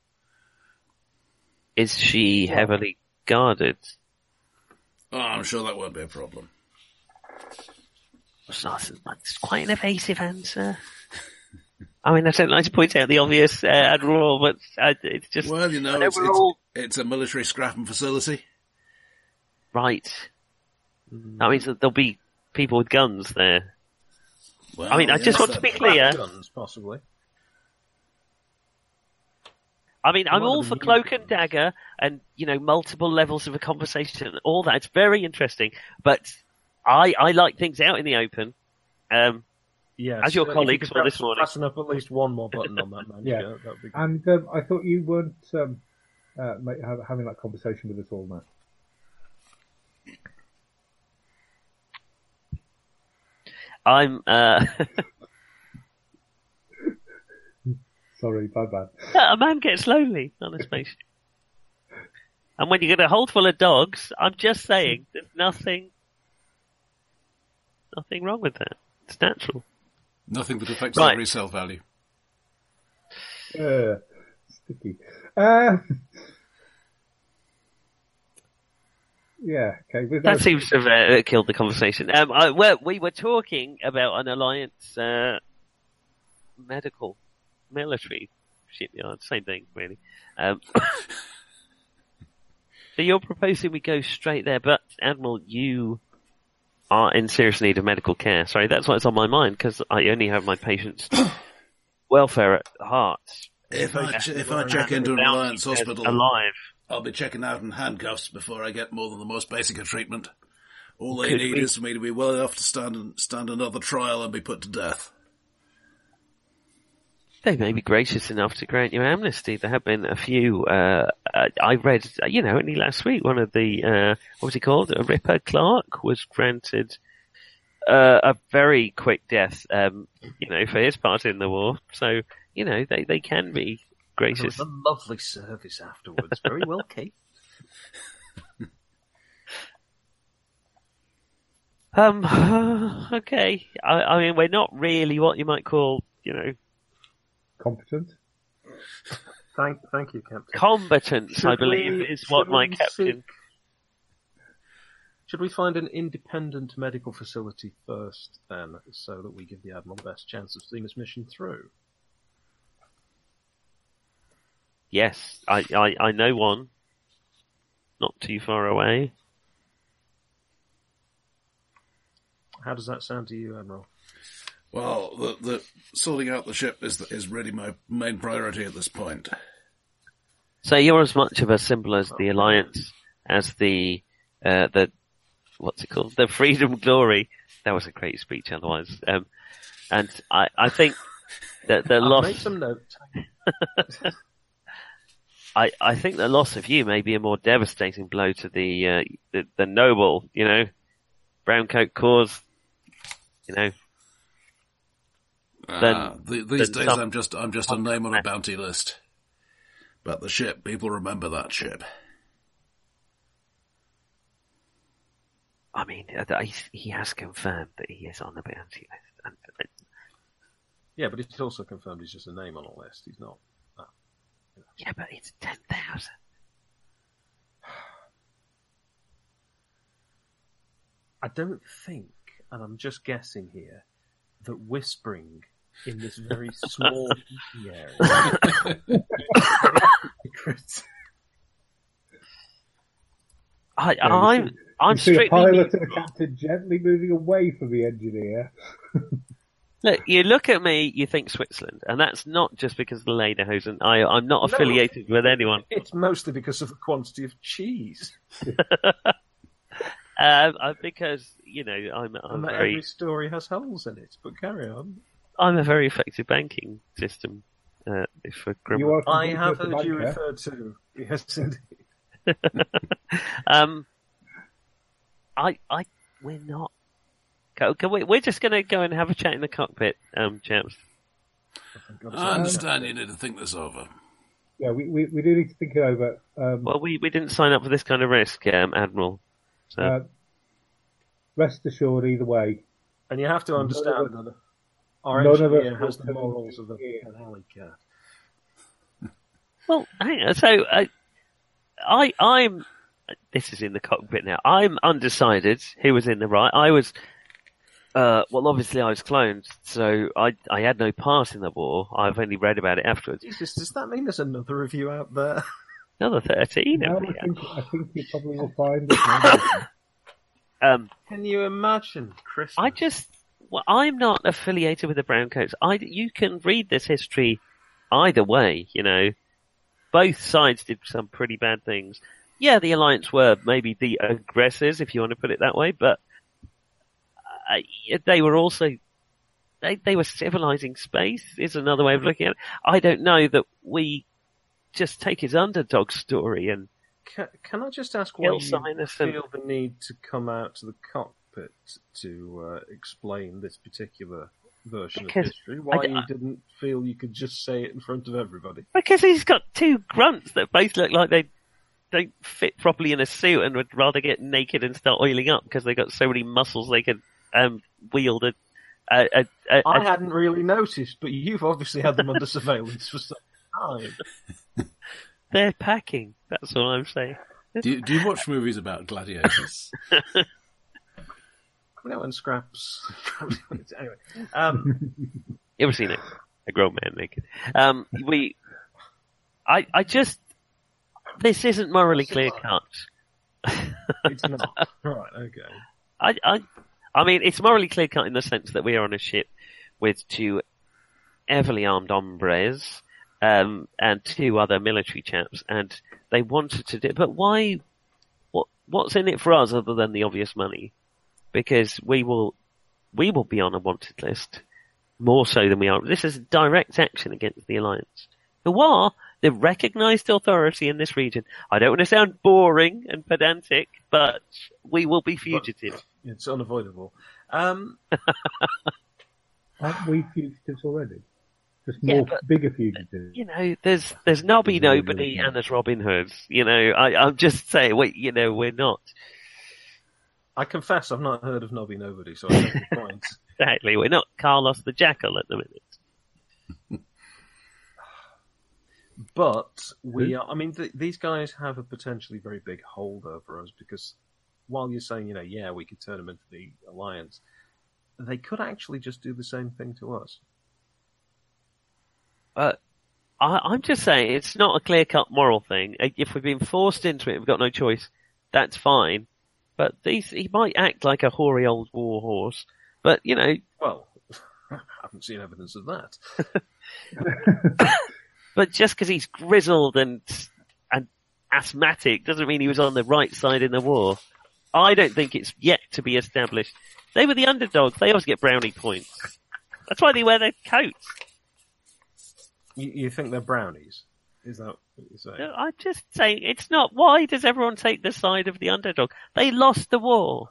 Speaker 3: Is she heavily guarded?
Speaker 5: Oh, I'm sure that won't be a problem.
Speaker 3: It's not- That's quite an evasive answer. I mean, I don't like to point out the obvious, uh, Admiral, but uh, it's just
Speaker 5: Well, you know,
Speaker 3: And
Speaker 5: it's, it's,
Speaker 3: overall-
Speaker 5: it's a military scrapping facility.
Speaker 3: right. That means that there'll be people with guns there.
Speaker 5: Well,
Speaker 3: I mean, I
Speaker 5: yes,
Speaker 3: just want
Speaker 5: that-
Speaker 3: to be (laughs) clear.
Speaker 4: Guns, possibly.
Speaker 3: I mean, I'm
Speaker 4: One of
Speaker 3: all
Speaker 4: the
Speaker 3: for
Speaker 4: new
Speaker 3: cloak and
Speaker 4: ones.
Speaker 3: dagger and, you know, multiple levels of a conversation and all that. It's very interesting, but I, I like things out in the open. Um,
Speaker 4: Yes.
Speaker 3: As your
Speaker 4: Uh, if
Speaker 3: colleagues
Speaker 4: you could
Speaker 3: were this
Speaker 4: perhaps
Speaker 3: morning.
Speaker 4: Fasten up at least one more button (laughs) on that man.
Speaker 6: Yeah.
Speaker 4: yeah, that'd be
Speaker 6: And um, I thought you weren't um, uh, ma- ha- having that conversation with us all, Matt.
Speaker 3: I'm, uh, (laughs)
Speaker 6: Sorry, bye bye.
Speaker 3: a man gets lonely on a spaceship. And when you get a hold full of dogs, I'm just saying, there's nothing, nothing wrong with that. It's natural.
Speaker 5: Nothing that affects
Speaker 3: Right.
Speaker 5: the resale value.
Speaker 6: Uh, sticky. Uh, yeah, okay. With
Speaker 3: That
Speaker 6: those-
Speaker 3: seems to have uh, killed the conversation. Um, I, well, we were talking about an alliance uh, medical, military shipyard. Same thing, really. Um, (coughs) so you're proposing we go straight there, but Admiral, you are in serious need of medical care. Sorry, that's why it's on my mind because I only have my patient's welfare at heart.
Speaker 5: If I ch- if I check into an
Speaker 3: Without
Speaker 5: Alliance
Speaker 3: you, they're
Speaker 5: hospital,
Speaker 3: alive.
Speaker 5: I'll be checking out in handcuffs before I get more than the most basic of treatment. All they
Speaker 3: Could
Speaker 5: need
Speaker 3: we-
Speaker 5: is for me to be well enough to stand and stand another trial and be put to death.
Speaker 3: They may be gracious enough to grant you amnesty. There have been a few. Uh, uh, I read, uh, you know, only last week, one of the uh, what was he called? Uh, Ripper Clark was granted uh, a very quick death. Um, you know, for his part in the war. So you know, they they can be
Speaker 4: It was
Speaker 3: gracious.
Speaker 4: a lovely service afterwards. Very well, Kate.
Speaker 3: Um, (sighs) okay. I, I mean, we're not really what you might call, you know,
Speaker 6: competent.
Speaker 4: Thank, thank you, Captain.
Speaker 3: combatants. I
Speaker 4: Should
Speaker 3: believe
Speaker 4: we-
Speaker 3: is what
Speaker 4: should
Speaker 3: my
Speaker 4: we
Speaker 3: captain.
Speaker 4: seek- Should we find an independent medical facility first, then, so that we give the Admiral the best chance of seeing his mission through?
Speaker 3: Yes, I, I, I know one. Not too far away.
Speaker 4: How does that sound to you, Admiral?
Speaker 5: Well, the, the sorting out the ship is is really my main priority at this point.
Speaker 3: So you're as much of a symbol as the alliance as the uh, the what's it called? The freedom glory. That was a great speech, otherwise. Um, and I, I think that the
Speaker 4: I've made
Speaker 3: loss
Speaker 4: some notes.
Speaker 3: I, I think the loss of you may be a more devastating blow to the uh, the, the noble, you know, brown coat cause. You know, Then-
Speaker 5: Ah, the, these
Speaker 3: then
Speaker 5: days
Speaker 3: some-
Speaker 5: I'm just I'm just a name
Speaker 3: (laughs)
Speaker 5: on a bounty list. But the ship, people remember that ship.
Speaker 3: I mean, uh, he, he has confirmed that he is on the bounty list, and uh,
Speaker 4: Yeah, but it's also confirmed he's just a name on a list. He's not.
Speaker 3: Yeah, but it's ten thousand.
Speaker 4: I don't think, and I'm just guessing here, that whispering in this very small meeting area. Secrets.
Speaker 3: I,
Speaker 6: you
Speaker 3: I'm I'm
Speaker 6: you see a
Speaker 3: strictly.
Speaker 6: pilot
Speaker 3: neutral.
Speaker 6: and a captain gently moving away from the engineer.
Speaker 3: Look, you look at me, you think Switzerland, and that's not just because of the Lederhosen. I I'm not
Speaker 4: No.
Speaker 3: affiliated with anyone.
Speaker 4: It's mostly because of the quantity of cheese.
Speaker 3: Um, I- because you know I'm I'm
Speaker 4: And that
Speaker 3: very
Speaker 4: every story has holes in it. But carry on.
Speaker 3: I'm a very effective banking system. Uh, for Grim.
Speaker 6: You are
Speaker 4: I
Speaker 6: completely
Speaker 4: have
Speaker 6: at the
Speaker 4: heard you
Speaker 6: banker.
Speaker 4: referred to. Yes, (laughs) indeed.
Speaker 3: (laughs) Um, I I we're not. Can, can we, we're just going to go and have a chat in the cockpit, um, chaps.
Speaker 5: I
Speaker 3: (laughs)
Speaker 5: understand you need to think this over.
Speaker 6: Yeah, we, we, we do need to think it over. Um,
Speaker 3: Well, we, we didn't sign up for this kind of risk, um, Admiral. So
Speaker 6: uh, rest assured, either way,
Speaker 4: And you have to understand that our
Speaker 6: none of
Speaker 4: engineer has
Speaker 6: us will
Speaker 4: the
Speaker 6: come
Speaker 4: morals
Speaker 6: to
Speaker 4: of a,
Speaker 6: here.
Speaker 4: an alley cat.
Speaker 3: Well, hang on. So, uh, I, I'm. This is in the cockpit now. I'm undecided who was in the right. I was. Uh, well, obviously, I was cloned, so I I had no part in the war. I've only read about it afterwards.
Speaker 4: Jesus, does that mean there's another of you out there?
Speaker 3: Another thirteen.
Speaker 6: no,
Speaker 3: over
Speaker 6: I,
Speaker 3: here.
Speaker 6: think, I think you probably will find that
Speaker 3: Um,
Speaker 4: (laughs) Can you imagine, Chris?
Speaker 3: I just. Well, I'm not affiliated with the Browncoats. I you can read this history either way. You know, both sides did some pretty bad things. Yeah, the alliance were maybe the aggressors, if you want to put it that way, but uh, they were also they they were civilizing space is another way of looking at it. I don't know that we just take his underdog story and
Speaker 4: can, can I just ask why
Speaker 3: kill
Speaker 4: you
Speaker 3: some innocent.
Speaker 4: feel the need to come out to the cockpit to uh, explain this particular version
Speaker 3: Because
Speaker 4: of history? Why
Speaker 3: I d-
Speaker 4: you didn't feel you could just say it in front of everybody?
Speaker 3: Because he's got two grunts that both look like they don't fit properly in a suit and would rather get naked and start oiling up because they got so many muscles they could um, wield. A, a, a, a,
Speaker 4: I hadn't really noticed, but you've obviously had them under (laughs) surveillance for some time.
Speaker 3: they're packing. That's all I'm saying.
Speaker 5: (laughs) Do you, do you watch movies about gladiators? (laughs)
Speaker 4: You know, and scraps. (laughs) anyway, um,
Speaker 3: You ever seen it? A grown man naked. Um, we, I, I just, this isn't morally clear cut.
Speaker 4: it's not right. Okay.
Speaker 3: I, I, I mean, it's morally clear cut in the sense that we are on a ship with two heavily armed hombres um, and two other military chaps, and they wanted to do. But why? What What's in it for us other than the obvious money? Because we will, we will be on a wanted list more so than we are. This is direct action against the alliance, who are the recognised authority in this region. I don't want to sound boring and pedantic, but we will be fugitives.
Speaker 4: It's unavoidable. Um,
Speaker 6: Aren't we fugitives already? Just
Speaker 3: Yeah,
Speaker 6: more
Speaker 3: but-
Speaker 6: bigger fugitives.
Speaker 3: you know, there's there's Nobby
Speaker 6: Yeah,
Speaker 3: Nobody
Speaker 6: yeah.
Speaker 3: and there's Robin Hoods. You know, I, I'm just saying, we, you know, we're not
Speaker 4: I confess, I've not heard of Nobby Nobody, so I don't have a point.
Speaker 3: exactly we're not Carlos the Jackal at the minute.
Speaker 4: But we are. I mean, th- these guys have a potentially very big hold over us because while you're saying, you know, yeah, we could turn them into the alliance, they could actually just do the same thing to us.
Speaker 3: I, I'm just saying it's not a clear cut moral thing. Uh, If we've been forced into it, we've got no choice. That's fine. But these, he might act like a hoary old war horse, but you know,
Speaker 4: Well, (laughs) I haven't seen evidence of that.
Speaker 3: But just because he's grizzled and and asthmatic doesn't mean he was on the right side in the war. I don't think it's yet to be established. They were the underdogs. They always get brownie points. That's why they wear their coats.
Speaker 4: You, you think they're brownies? Is that what you're saying?
Speaker 3: I'm just saying, it's not. Why does everyone take the side of the underdog? They lost the war.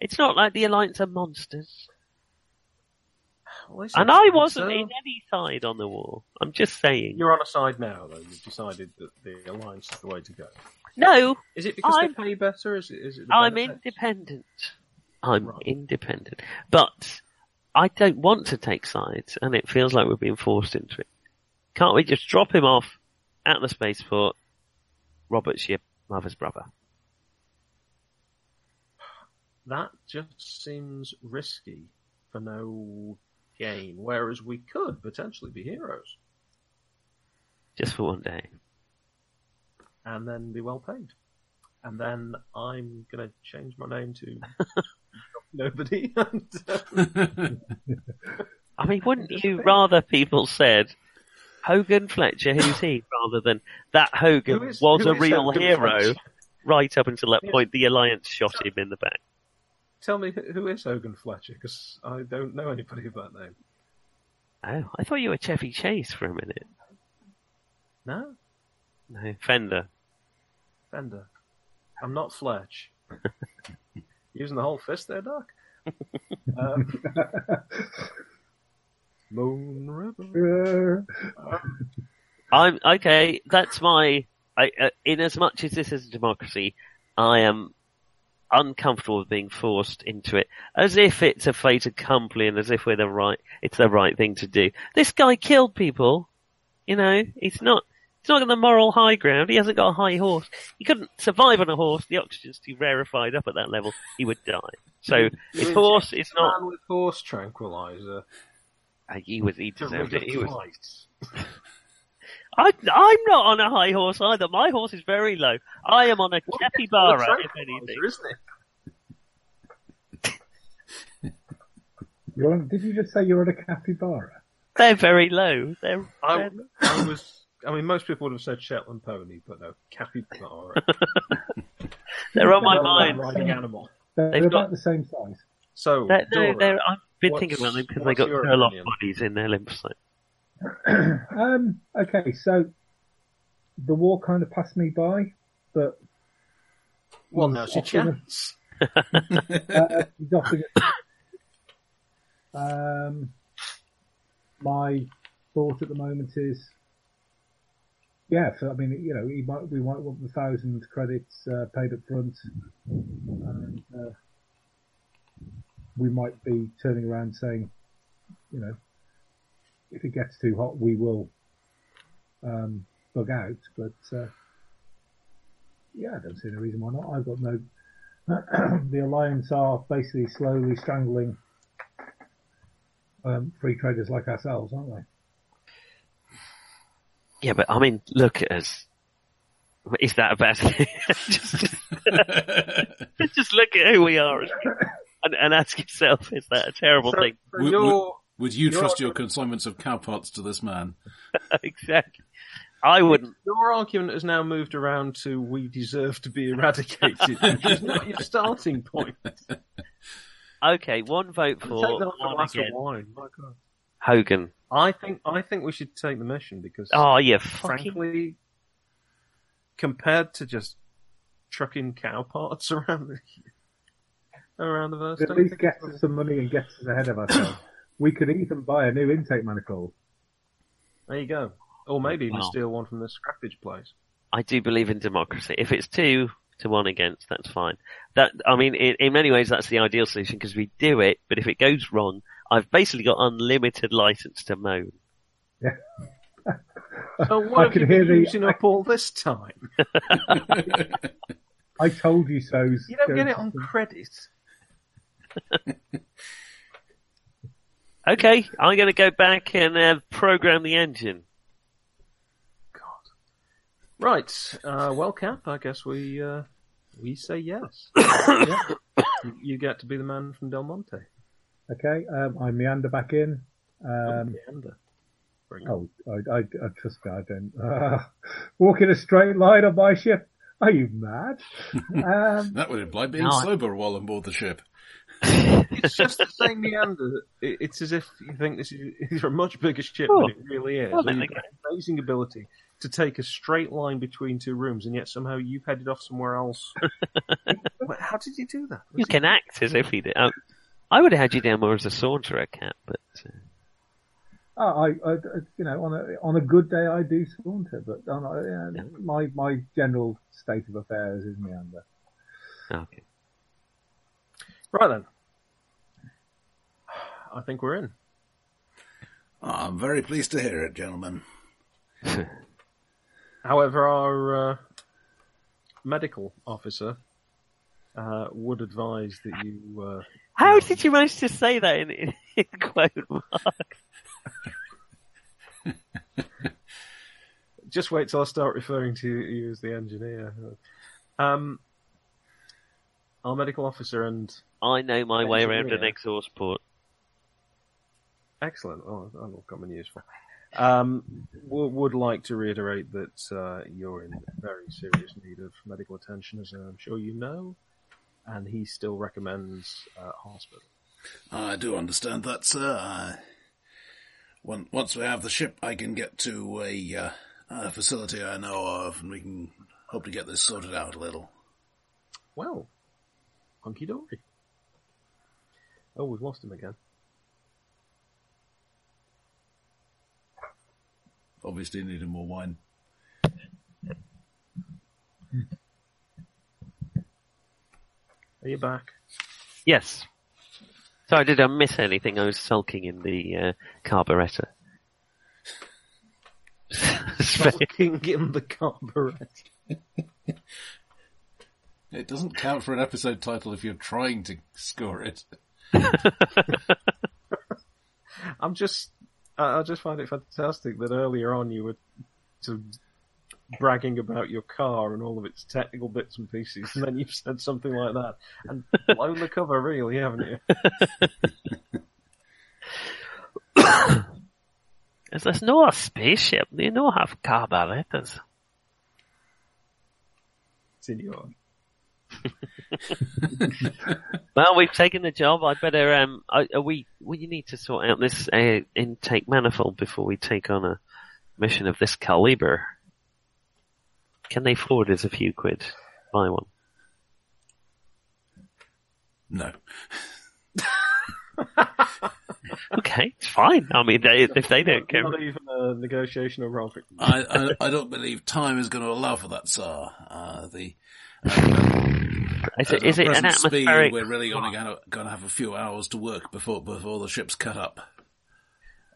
Speaker 3: It's not like the alliance are monsters.
Speaker 4: Well, they
Speaker 3: And
Speaker 4: seem
Speaker 3: I
Speaker 4: to
Speaker 3: wasn't
Speaker 4: think so.
Speaker 3: in any side on the war. I'm just saying.
Speaker 4: You're on a side now, though. You've decided that the alliance is the way to go.
Speaker 3: No,
Speaker 4: Is it because
Speaker 3: I'm-
Speaker 4: they pay better? Is it? Is it the
Speaker 3: I'm
Speaker 4: benefits?
Speaker 3: independent. I'm
Speaker 4: Right.
Speaker 3: independent. But I don't want to take sides and it feels like we're being forced into it. Can't we just drop him off at the spaceport? Robert's your mother's brother.
Speaker 4: that just seems risky for no gain, whereas we could potentially be heroes
Speaker 3: Just for one day.
Speaker 4: and then be well paid. And then I'm going to change my
Speaker 3: (laughs)
Speaker 4: name to Nobody. (laughs) And, uh,
Speaker 3: I mean, wouldn't you rather people said Hogan Fletcher, who's
Speaker 4: (laughs)
Speaker 3: he, rather than that Hogan
Speaker 4: Who is-
Speaker 3: was
Speaker 4: who
Speaker 3: a
Speaker 4: is
Speaker 3: real
Speaker 4: Hogan
Speaker 3: hero
Speaker 4: Fletcher?
Speaker 3: right up until that
Speaker 4: Yes.
Speaker 3: point the Alliance shot him in the back.
Speaker 4: tell me who- who is Hogan Fletcher, because I don't know anybody about that name.
Speaker 3: Oh, I thought you were Chevy Chase for a minute.
Speaker 4: No,
Speaker 3: No, Fender.
Speaker 4: Fender. I'm not (laughs) Fletch. Using the whole fist there, (laughs) Doc. Um, Moon River.
Speaker 6: Uh,
Speaker 3: I'm okay. That's my. I, uh, in as much as this is a democracy, I am uncomfortable with being forced into it, as if it's a fait accompli, and as if we're the right. It's the right thing to do. This guy killed people. You know, it's not. It's not on the moral high ground. He hasn't got a high horse. He couldn't survive on a horse. The oxygen's too rarefied up at that level. He would die. So his horse is not.
Speaker 4: Man with horse tranquilizer.
Speaker 3: uh, He was. He deserved it. He was.
Speaker 4: Christ.
Speaker 3: I, I'm not on a high horse either. My horse is very low. I am on a capybara,
Speaker 4: Well, it's
Speaker 3: if anything.
Speaker 4: tranquilizer, isn't it?
Speaker 6: you're on, did you just say you're on a capybara?
Speaker 3: They're very low. They're,
Speaker 4: I,
Speaker 3: they're-
Speaker 4: I was. I mean, most people would have said Shetland pony, but no, capybara.
Speaker 3: they're on my
Speaker 4: Not a
Speaker 3: mind.
Speaker 4: Riding animal.
Speaker 6: They're
Speaker 3: They've
Speaker 6: about
Speaker 3: got-
Speaker 6: the same size.
Speaker 4: So,
Speaker 3: They're, they're,
Speaker 4: Dora,
Speaker 3: they're, I've been
Speaker 4: what's-
Speaker 3: thinking about them because they
Speaker 4: what's
Speaker 3: got
Speaker 4: your
Speaker 3: curl-off
Speaker 4: opinion?
Speaker 3: bodies in their lymphocytes.
Speaker 6: Um, okay, so the war kind of passed me by, but
Speaker 4: well, now's your
Speaker 6: Often-
Speaker 4: chance.
Speaker 6: uh, he's offering it. Um, my thought at the moment is yeah, so I mean, you know, he might we might want the thousand credits uh, paid up front, and uh, we might be turning around saying, you know, if it gets too hot, we will um, bug out. But uh, yeah, I don't see any reason why not. I've got no. (clears throat) the alliance are basically slowly strangling um, free traders like ourselves, aren't they?
Speaker 3: Yeah, but I mean, look at us. Is that a bad thing? (laughs) just, just, just look at who we are
Speaker 4: (laughs)
Speaker 3: and, and ask yourself, is that a terrible
Speaker 4: So,
Speaker 3: thing? (laughs)
Speaker 4: so
Speaker 5: Would-
Speaker 4: you're,
Speaker 5: Would you
Speaker 4: You're-
Speaker 5: trust your consignments of cow parts to this man?
Speaker 3: exactly. I wouldn't.
Speaker 4: your argument has now moved around to we deserve to be eradicated, which is not your starting point.
Speaker 3: (laughs) Okay, one vote
Speaker 4: Take
Speaker 3: for
Speaker 4: that
Speaker 3: one
Speaker 4: glass of
Speaker 3: again.
Speaker 4: wine. My God.
Speaker 3: Hogan.
Speaker 4: I think I think we should take the mission because
Speaker 3: Oh, you fucking
Speaker 4: frankly, compared to just trucking cow parts (laughs) around the around the verse,
Speaker 6: It at
Speaker 4: don't
Speaker 6: least
Speaker 4: think
Speaker 6: gets
Speaker 4: it's-
Speaker 6: us some money and gets us ahead of ourselves. we could even buy a new intake manifold.
Speaker 4: there you go. Or maybe even
Speaker 3: Wow.
Speaker 4: steal one from the scrappage
Speaker 6: (laughs)
Speaker 4: place.
Speaker 3: I do believe in democracy. If it's two to one against, that's fine. That I mean, in, in many ways, that's the ideal solution because we do it. But if it goes wrong, I've basically got unlimited license to moan.
Speaker 4: So what
Speaker 6: I
Speaker 4: have
Speaker 6: can
Speaker 4: you
Speaker 6: hear
Speaker 4: been
Speaker 6: the.
Speaker 4: using up all this time?
Speaker 6: I told you so's.
Speaker 4: You don't
Speaker 6: going
Speaker 4: get it
Speaker 6: to
Speaker 4: on credit.
Speaker 3: Okay, I'm going to go back and uh, program the engine.
Speaker 4: God. Right. Uh, well, Cap, I guess we uh, we
Speaker 3: (coughs)
Speaker 4: say yes. yeah. You- You get to be the man from Del Monte.
Speaker 6: Okay, um, I meander back in. Um,
Speaker 4: Leander. Bring it.
Speaker 6: oh, I, I, I trust me, I don't. (laughs) walk in a straight line on my ship. Are you mad?
Speaker 4: (laughs)
Speaker 6: um,
Speaker 5: That would imply being
Speaker 3: No, I-
Speaker 5: sober while on board the ship.
Speaker 4: It's just the same meander. It- It's as if you think this is (laughs) is a much bigger ship
Speaker 3: Oh.
Speaker 4: than it really is.
Speaker 3: Well,
Speaker 4: and
Speaker 3: then
Speaker 4: you've got amazing ability to take a straight line between two rooms, and yet somehow you've headed off
Speaker 3: (laughs)
Speaker 4: somewhere else. Wait, How did you do that?
Speaker 3: You can act as if he did. Um, I would have had you down more as a saunterer, cat, but uh,
Speaker 6: Oh, I, I, you know, on a on a good day, I do saunter, but on a, yeah, my my general state of affairs is meander.
Speaker 3: uh, oh, okay.
Speaker 4: Right then. I think we're in.
Speaker 5: Ah, I'm very pleased to hear it, gentlemen.
Speaker 4: However, our uh, medical officer uh, would advise that you. Uh,
Speaker 3: How did you manage to say that in, in, in quote marks?
Speaker 4: just wait till I start referring to you as the engineer. Um, our medical officer and
Speaker 3: I know my way around an
Speaker 4: Engineer.
Speaker 3: exhaust port.
Speaker 4: excellent. Oh, that will come in useful. Um, w- would like to reiterate that uh, you're in very serious need of medical attention, as I'm sure you know, and he still recommends uh, hospital.
Speaker 5: I do understand that, sir. I... One, once we have the ship, I can get to a, uh, a facility I know of, and we can hope to get this sorted out a little.
Speaker 4: Well, hunky dory. Oh, we've lost him again.
Speaker 5: Obviously, needing more wine.
Speaker 4: Are you back? (laughs)
Speaker 3: Yes. Sorry, did I miss anything? I was sulking in the uh, carburetor. (laughs)
Speaker 4: Fucking in the carburetor.
Speaker 5: It doesn't count for an episode title if you're trying to score it.
Speaker 4: I'm just, I I just find it fantastic that earlier on you were sort of bragging about your car and all of its technical bits and pieces, and then you've said something like that and blown the cover, really, haven't you? (laughs)
Speaker 3: There's, there's no spaceship. They don't have carburetors.
Speaker 4: Senor.
Speaker 3: Well, we've taken the job. I better. Um, I, are we? Well, you need to sort out this uh, intake manifold before we take on a mission of this caliber. Can they forward us a few quid? Buy one.
Speaker 5: No.
Speaker 3: okay, it's fine. I mean, they, if they don't care,
Speaker 4: Not even a negotiation over Alfred.
Speaker 5: I, I, I don't believe time is going to allow for that, sir. Uh, the uh,
Speaker 3: is
Speaker 5: at
Speaker 3: it, is
Speaker 5: our
Speaker 3: it an
Speaker 5: present speed,
Speaker 3: atmospheric?
Speaker 5: we're really only going to have a few hours to work before before the ships cut up.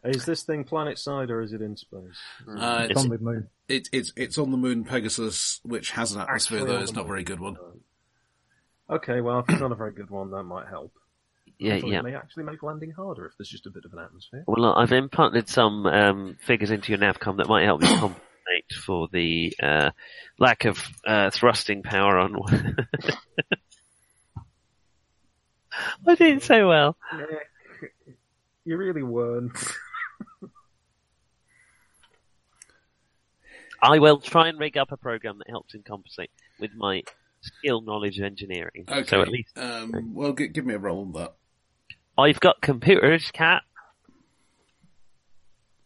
Speaker 4: Is this thing planet side or is it in space?
Speaker 5: Uh,
Speaker 3: It's-
Speaker 5: it's,
Speaker 6: on the moon.
Speaker 5: it, it's it's on the moon Pegasus, which has an atmosphere,
Speaker 4: Actually
Speaker 5: though
Speaker 4: on
Speaker 5: it's
Speaker 4: the
Speaker 5: not a
Speaker 4: moon.
Speaker 5: very good one.
Speaker 4: Okay, well, if it's not a very good one, that might help.
Speaker 3: Yeah,
Speaker 4: Thought
Speaker 3: yeah.
Speaker 4: It may actually make landing harder if there's just a bit of an atmosphere.
Speaker 3: Well, I've imparted some um, figures into your navcom that might help you compensate for the uh, lack of uh, thrusting power on. I didn't say well.
Speaker 4: You really weren't. (laughs)
Speaker 3: I will try and rig up a program that helps him compensate with my skill knowledge of engineering.
Speaker 5: Okay.
Speaker 3: So at least
Speaker 5: Um, well, g- give me a roll on that.
Speaker 3: I've got computers, cat.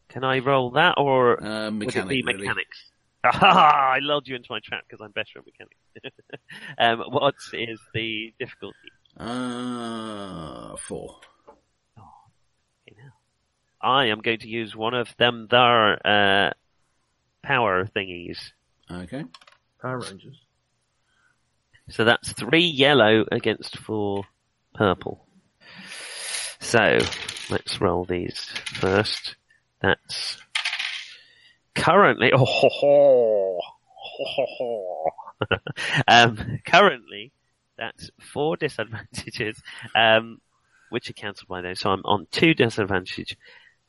Speaker 3: Can I roll that or
Speaker 5: Uh, mechanic,
Speaker 3: would it be
Speaker 5: really.
Speaker 3: mechanics? (laughs) Ah, I lulled you into my trap because I'm better at mechanics. (laughs) um, what is the difficulty?
Speaker 5: Uh, four.
Speaker 3: I am going to use one of them there uh, power thingies.
Speaker 5: Okay.
Speaker 4: Power Rangers.
Speaker 3: So that's three yellow against four purple. So let's roll these first. That's currently (laughs) oh ho ho ho ho ho. um, currently that's four disadvantages, um, which are cancelled by those. So I'm on two disadvantage,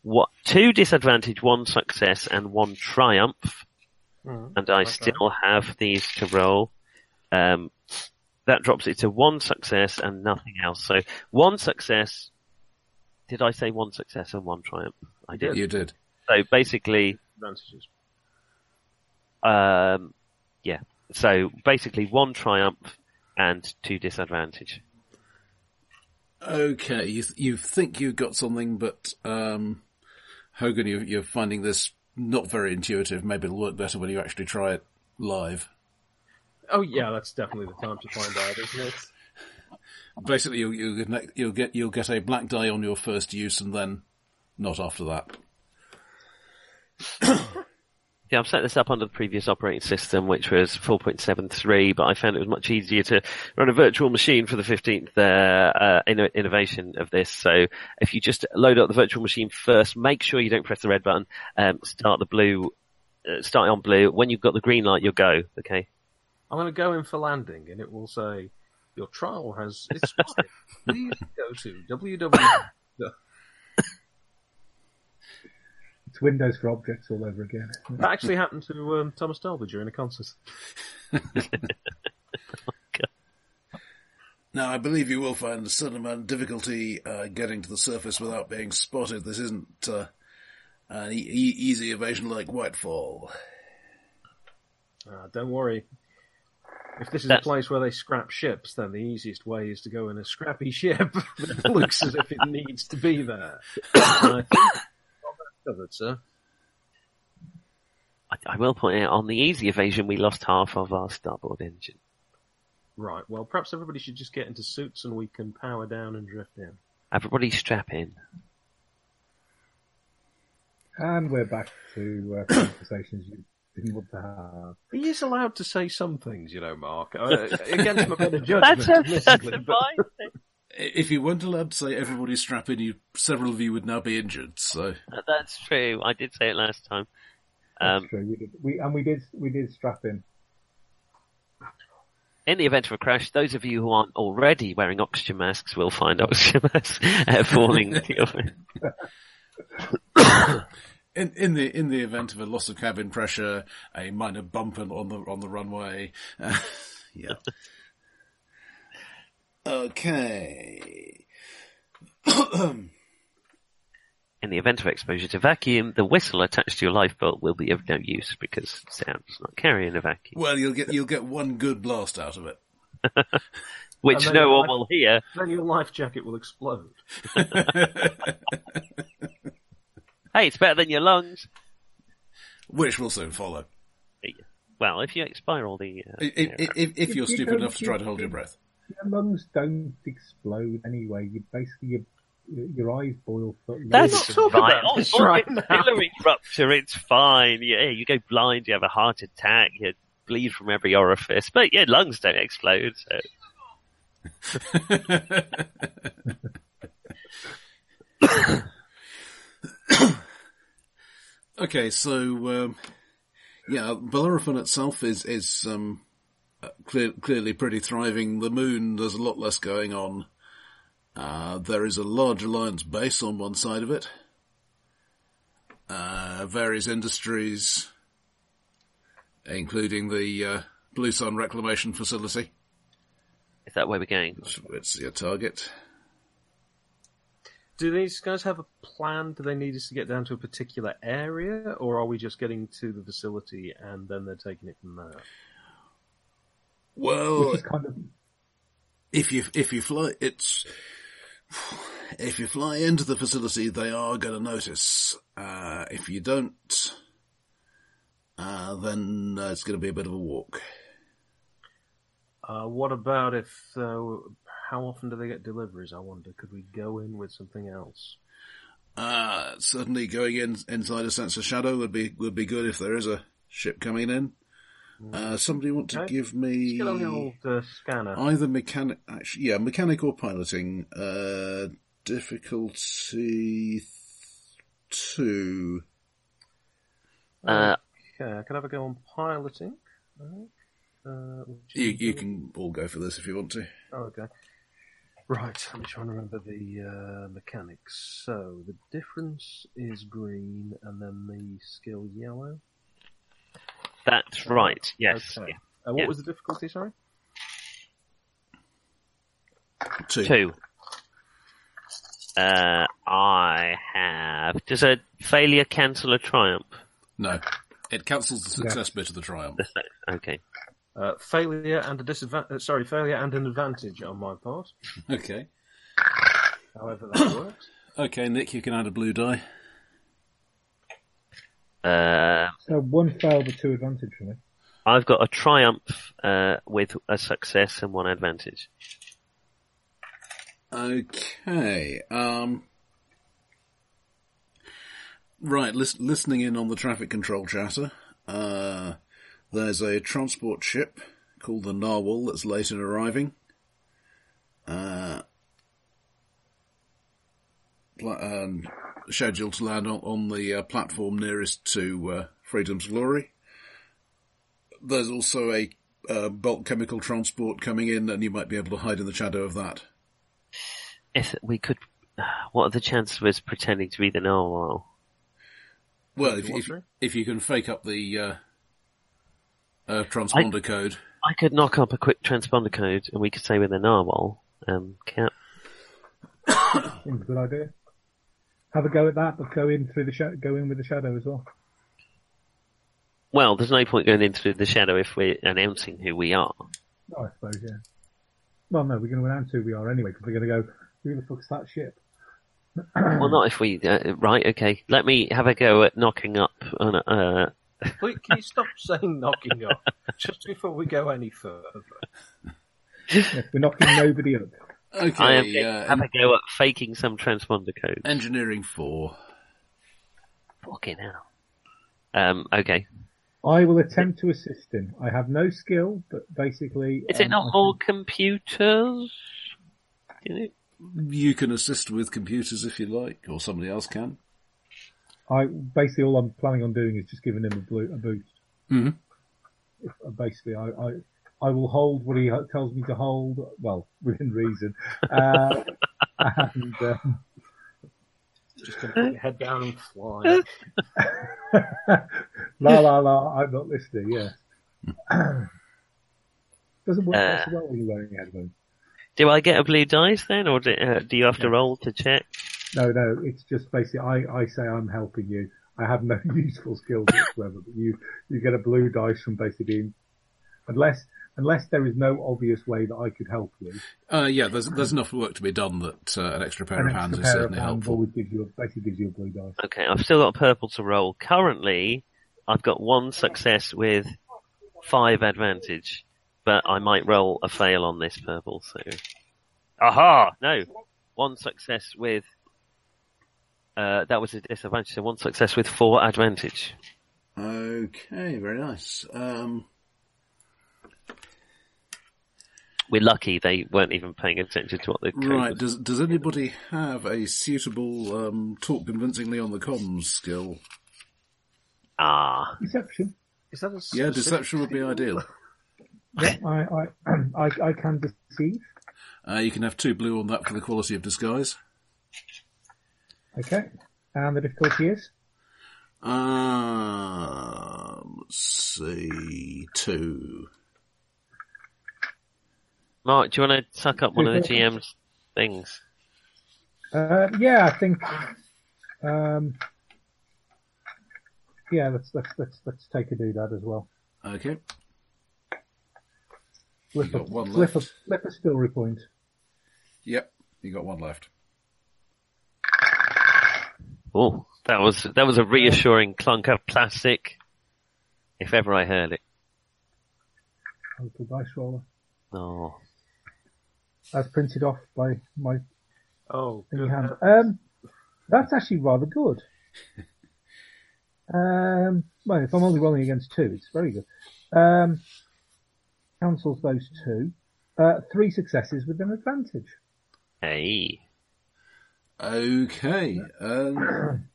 Speaker 3: what two disadvantage, one success, and one triumph and I
Speaker 4: Okay.
Speaker 3: still have these to roll. Um, that drops it to one success and nothing else. So one success. Did I say one success and one triumph? I did.
Speaker 5: You did.
Speaker 3: So basically,
Speaker 4: Advantages.
Speaker 3: um, yeah. So basically, one triumph and two disadvantage.
Speaker 5: Okay. You th- you think you've got something, but um, Hogan, you, you're finding this not very intuitive. Maybe it'll work better when you actually try it live.
Speaker 4: Oh yeah, that's definitely the time to find out, isn't it?
Speaker 5: Basically, you'll, you'll, get, you'll get you'll get a black die on your first use, and then not after that.
Speaker 3: Yeah, I've set this up under the previous operating system, which was 4.73, but I found it was much easier to run a virtual machine for the 15th uh, uh, inno- innovation of this. So if you just load up the virtual machine first, make sure you don't press the red button, um, start the blue, uh, start it on blue. When you've got the green light, you'll go, okay?
Speaker 4: I'm going to go in for landing, and it will say your trial has
Speaker 3: (laughs)
Speaker 4: expired. Please go to E." www.
Speaker 6: It's Windows for objects all over again. isn't it?
Speaker 4: That actually happened to um, Thomas Dolby during a concert.
Speaker 5: Now, I believe you will find a certain amount of difficulty uh, getting to the surface without being spotted. This isn't uh, an e- e- easy evasion like Whitefall.
Speaker 4: Uh, don't worry. If this is
Speaker 3: That's-
Speaker 4: a place where they scrap ships, then the easiest way is to go in a scrappy ship (laughs) that looks as if it needs to be there. And I think (coughs) we've got that covered, sir.
Speaker 3: I, I will point out on the easy evasion, we lost half of our starboard engine.
Speaker 4: Right. Well, perhaps everybody should just get into suits and we can power down and drift down.
Speaker 3: Everybody strap in.
Speaker 6: And we're back to uh, (coughs) conversations you didn't want to have.
Speaker 4: He is allowed to say some things, you know, Mark. Uh, against my better judgment,
Speaker 3: (laughs) That's a, that's a
Speaker 4: admittedly, but
Speaker 3: fine thing.
Speaker 5: I- If you weren't allowed to say everybody strap in, you, several of you would now be injured. So,
Speaker 3: That's true. I did say it last time.
Speaker 6: That's
Speaker 3: Um,
Speaker 6: true. We did, we, and we did, we did strap in.
Speaker 3: In the event of a crash, those of you who aren't already wearing oxygen masks will find (laughs) oxygen masks uh,
Speaker 4: (laughs)
Speaker 3: falling to your
Speaker 5: in, in the in the event of a loss of cabin pressure, a minor bump on on the on the runway, (laughs) uh, yeah. okay.
Speaker 3: In the event of exposure to vacuum, the whistle attached to your lifebelt will be of no use because sound does not carry in a vacuum,
Speaker 5: Well, you'll get you'll get one good blast out of it.
Speaker 3: which
Speaker 4: and
Speaker 3: no
Speaker 4: then
Speaker 3: one
Speaker 4: I-
Speaker 3: will hear.
Speaker 4: then your life jacket will explode.
Speaker 3: Hey, it's better than your lungs.
Speaker 5: (laughs) which will soon follow.
Speaker 3: Well, if you expire all the, uh,
Speaker 5: I- I- I- If, if you're
Speaker 6: If you
Speaker 5: stupid
Speaker 6: don't
Speaker 5: enough to try to
Speaker 6: keep-
Speaker 5: hold your breath.
Speaker 6: Your lungs don't explode anyway. You basically, your your, your eyes boil. For
Speaker 3: That's
Speaker 4: We're not talking
Speaker 3: fine.
Speaker 4: about
Speaker 3: Oh,
Speaker 4: this
Speaker 3: oh, (laughs)
Speaker 4: right
Speaker 3: it's
Speaker 4: now.
Speaker 3: Hillary rupture. It's fine. Yeah, you go blind. You have a heart attack. You bleed from every orifice, but your lungs don't explode. So.
Speaker 5: Okay, so um, yeah, Bellerophon itself is is um, uh, clear, clearly pretty thriving. The moon, there's a lot less going on. Uh, there is a large alliance base on one side of it. Uh, various industries, including the uh, Blue Sun Reclamation Facility.
Speaker 3: Is that where we're going?
Speaker 5: It's, it's your target.
Speaker 4: Do these guys have a plan? Do they need us to get down to a particular area, or are we just getting to the facility and then they're taking it from there?
Speaker 5: Well,
Speaker 6: which is kind of
Speaker 5: if you if you fly it's if you fly into the facility they are going to notice uh if you don't uh then uh, it's going to be a bit of a walk
Speaker 4: Uh, what about if? Uh, how often do they get deliveries? I wonder. Could we go in with something else?
Speaker 5: uh certainly going in inside a sense of shadow would be would be good if there is a ship coming in uh somebody want to
Speaker 4: Okay.
Speaker 5: give me
Speaker 4: Mm. Let's get on the old uh, scanner.
Speaker 5: either mechanic actually yeah mechanic or piloting uh difficulty th- 2
Speaker 3: Uh,
Speaker 4: Okay, I could have a go on piloting. Right. Uh, which
Speaker 5: you
Speaker 4: is-
Speaker 5: you can all go for this if you want to
Speaker 4: Oh, okay. Right, I'm trying to remember the uh, mechanics. So the difference is green, and then the skill yellow.
Speaker 3: that's right. Yes.
Speaker 4: Okay.
Speaker 3: Yeah.
Speaker 4: Uh, what
Speaker 3: Yeah.
Speaker 4: was the difficulty? Sorry.
Speaker 3: Two. Uh, I have. Does a failure cancel a triumph?
Speaker 5: No. It cancels the success bit of the triumph. (laughs)
Speaker 3: Okay.
Speaker 4: Uh, failure and a disadvantage. Uh, sorry, failure and an advantage on my part.
Speaker 5: okay.
Speaker 4: However that works.
Speaker 5: Okay, Nick, you can add a blue die.
Speaker 3: Uh,
Speaker 6: so one fail but two advantage for me.
Speaker 3: I've got a triumph uh, with a success and one advantage.
Speaker 5: Okay. Um. Right, lis- listening in on the traffic control chatter. Uh, there's a transport ship called the Narwhal that's late in arriving. Uh, pla- um, scheduled to land on, on the uh, platform nearest to uh, Freedom's Glory. There's also a uh, bulk chemical transport coming in, and you might be able to hide in the shadow of that.
Speaker 3: If we could, (sighs) what are the chances of us pretending to be the narwhal?
Speaker 5: Well, if,
Speaker 4: want
Speaker 5: if,
Speaker 4: to?
Speaker 5: if you can fake up the uh, uh, transponder code,
Speaker 3: I could knock up a quick transponder code, and we could say we're the narwhal. Um, cap.
Speaker 6: Seems a good idea. Have a go at that, but go in through the shadow. Go in with the shadow as well.
Speaker 3: Well, there's no point going into the shadow if we're announcing who we are.
Speaker 6: Oh, I suppose, yeah. Well, no, we're going to announce who we are anyway because we're going to go. Who the fuck's that ship?
Speaker 3: Well, not if we. Uh, right? Okay. Let me have a go at knocking up. On, uh,
Speaker 4: Wait, can you stop (laughs) saying knocking off just before we go any further?
Speaker 6: Yes, we're (laughs) knocking nobody up.
Speaker 5: okay,
Speaker 3: I am going
Speaker 5: uh,
Speaker 3: to have a go at faking some transponder code.
Speaker 5: en- engineering four.
Speaker 3: Eh, Fucking hell. Um, okay.
Speaker 6: I will attempt to assist him. I have no skill, but basically,
Speaker 3: Is it
Speaker 6: um, I
Speaker 3: not
Speaker 6: can-
Speaker 3: all computers? Is it?
Speaker 5: You can assist with computers if you like, or somebody else can.
Speaker 6: I basically all I'm planning on doing is just giving him a, blue, a boost. Mm-hmm.
Speaker 5: Mhm.
Speaker 6: If, uh, basically, I, I I will hold what he ho- tells me to hold, well (laughs) within reason, uh, (laughs) and uh,
Speaker 4: Just going to put your head down and fly.
Speaker 6: la la la. I'm not listening. Yeah. (clears throat) Doesn't work quite so well when you're wearing headphones.
Speaker 3: Do I get a blue dice then, or do, uh, do you have to roll to check?
Speaker 6: No, no, it's just basically I, I say I'm helping you. I have no (laughs) useful skills whatsoever, but you you get a blue dice from basically being unless unless there is no obvious way that I could help you.
Speaker 5: Uh, yeah, there's there's enough work to be done that uh, an extra pair
Speaker 6: an
Speaker 5: of
Speaker 6: extra
Speaker 5: hands is
Speaker 6: pair of
Speaker 5: certainly
Speaker 6: hands
Speaker 5: helpful.
Speaker 6: always gives you a, basically gives you a blue dice.
Speaker 3: Okay, I've still got purple to roll. Currently, I've got one success with five advantage, but I might roll a fail on this purple, so. Aha! No! One success with Uh, that was a disadvantage. So one success with four advantage.
Speaker 5: Okay, very nice. Um,
Speaker 3: We're lucky they weren't even paying attention to what the code
Speaker 5: right,
Speaker 3: was.
Speaker 5: does does anybody have a suitable um, talk convincingly on the comms skill?
Speaker 3: Ah,
Speaker 6: Deception.
Speaker 4: Is that a
Speaker 5: Yeah,
Speaker 4: specific
Speaker 5: deception would be
Speaker 4: skill?
Speaker 6: (laughs)
Speaker 5: ideal.
Speaker 6: Yeah, I, (clears throat) I, I, I can deceive.
Speaker 5: Uh, you can have two blue on that for the quality of disguise.
Speaker 6: Okay. And the difficulty is?
Speaker 7: Um, let's see, two.
Speaker 3: Mark, do you want to suck up one of the
Speaker 6: Okay.
Speaker 3: GM's things?
Speaker 6: Uh, yeah, I think. Um, yeah, let's let's let's let's take a do that as well.
Speaker 5: Okay.
Speaker 6: Flip a,
Speaker 5: got one
Speaker 6: flip a
Speaker 5: left.
Speaker 6: flip a story point.
Speaker 5: Yep, you got one left.
Speaker 3: Oh, that was that was a reassuring clunk of plastic, if ever I heard it.
Speaker 6: A little dice roller,
Speaker 3: Oh,
Speaker 6: as printed off by my
Speaker 4: Oh,
Speaker 6: thingy
Speaker 4: good.
Speaker 6: hand. Um, that's actually rather good. Um, well, if I'm only rolling against two, it's very good. Um, cancels those two. Uh, three successes with an advantage.
Speaker 3: hey,
Speaker 5: Okay. (clears throat) Um,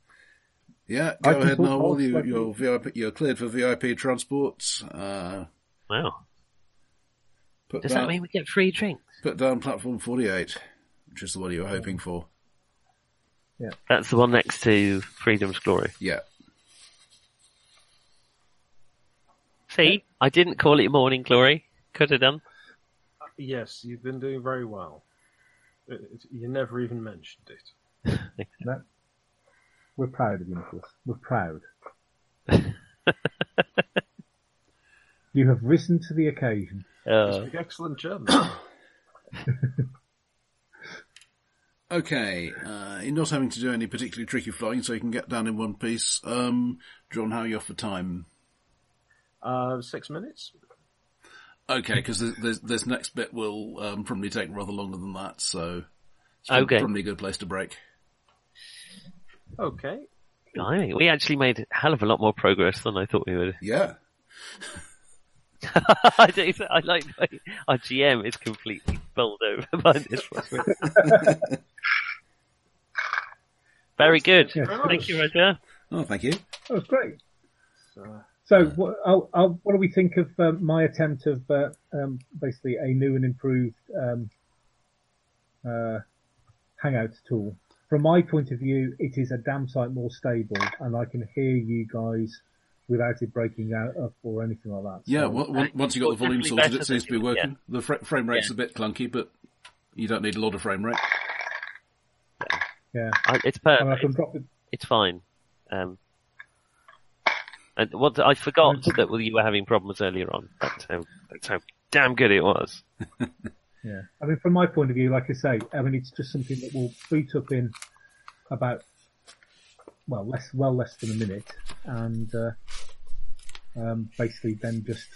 Speaker 5: yeah,
Speaker 6: I
Speaker 5: go
Speaker 6: can
Speaker 5: ahead
Speaker 6: put
Speaker 5: now.
Speaker 6: all
Speaker 5: All you,
Speaker 6: seven-
Speaker 5: you're VIP, you're cleared for VIP transports. Uh,
Speaker 3: wow!
Speaker 5: put
Speaker 3: Does
Speaker 5: down,
Speaker 3: that mean we get free drinks?
Speaker 5: put down platform forty-eight, which is the one you were hoping for.
Speaker 3: That's the one next to Freedom's Glory.
Speaker 5: Yeah.
Speaker 3: See, I didn't call it Morning Glory. Could have done.
Speaker 4: Yes, you've been doing very well. It- it- you never even mentioned it.
Speaker 6: We're proud of you, Nicholas. We're proud. you have risen to the occasion.
Speaker 3: Uh,
Speaker 4: Speak excellent German.
Speaker 5: Okay. Uh, you're not having to do any particularly tricky flying, so you can get down in one piece. Um, John, how are you off for time?
Speaker 4: (coughs) uh, six minutes.
Speaker 5: Okay, because this, this next bit will um, probably take rather longer than that, so it's
Speaker 3: Okay.
Speaker 5: probably a good place to break.
Speaker 4: Okay.
Speaker 3: blimey, we actually made a hell of a lot more progress than I thought we would.
Speaker 5: Yeah.
Speaker 3: (laughs) I, do, I like the way our GM is completely bowled over (laughs) by this one. Very good.
Speaker 6: Yes.
Speaker 3: Thank you, Roger.
Speaker 5: Oh, thank you.
Speaker 6: That was great.
Speaker 4: So,
Speaker 6: So, what, I'll, I'll, what do we think of um, my attempt of uh, um, basically a new and improved um, uh, Hangouts tool? From my point of view, it is a damn sight more stable, and I can hear you guys without it breaking out up or anything like that.
Speaker 3: Um,
Speaker 5: Yeah,
Speaker 6: So-
Speaker 5: on- on- once you got the
Speaker 3: Well,
Speaker 5: volume
Speaker 3: definitely
Speaker 5: sorted,
Speaker 3: better
Speaker 5: it seems to be
Speaker 3: than you-
Speaker 5: working. The fr- frame rate's a bit clunky, but you don't need a lot of frame rate.
Speaker 6: yeah,
Speaker 3: I, it's
Speaker 6: and I
Speaker 3: perfect.
Speaker 6: can drop it.
Speaker 3: It's fine. Um, and what I forgot that you were having problems earlier on. That's how, that's how damn good it was.
Speaker 6: Yeah, I mean, from my point of view, like I say, I mean, it's just something that will boot up in about well, less, well, less than a minute, and uh, um, basically then just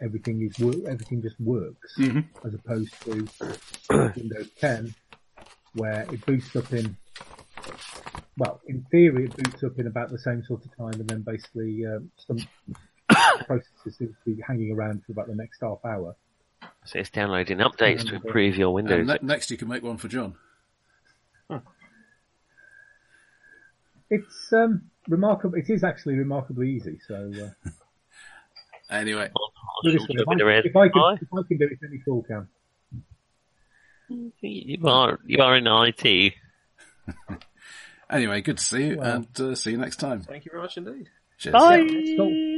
Speaker 6: everything is wor- everything just works as opposed to Windows 10, where it boots up in well, in theory, it boots up in about the same sort of time, and then basically um, some (coughs) processes seem to be hanging around for about the next half hour.
Speaker 3: So it's downloading updates to improve your
Speaker 5: And
Speaker 3: Windows.
Speaker 5: Um, ne- next, you can make one for John.
Speaker 6: It's um, remarkable. It is actually remarkably easy. So uh,
Speaker 5: Anyway,
Speaker 6: do this one. if, I, if I can, if I can do it, then you all can.
Speaker 3: You are, you are in IT.
Speaker 5: anyway, good to see you,
Speaker 6: Well-
Speaker 5: and uh, see you next time.
Speaker 4: thank you very much indeed.
Speaker 5: Cheers.
Speaker 3: Bye.
Speaker 6: Let's go.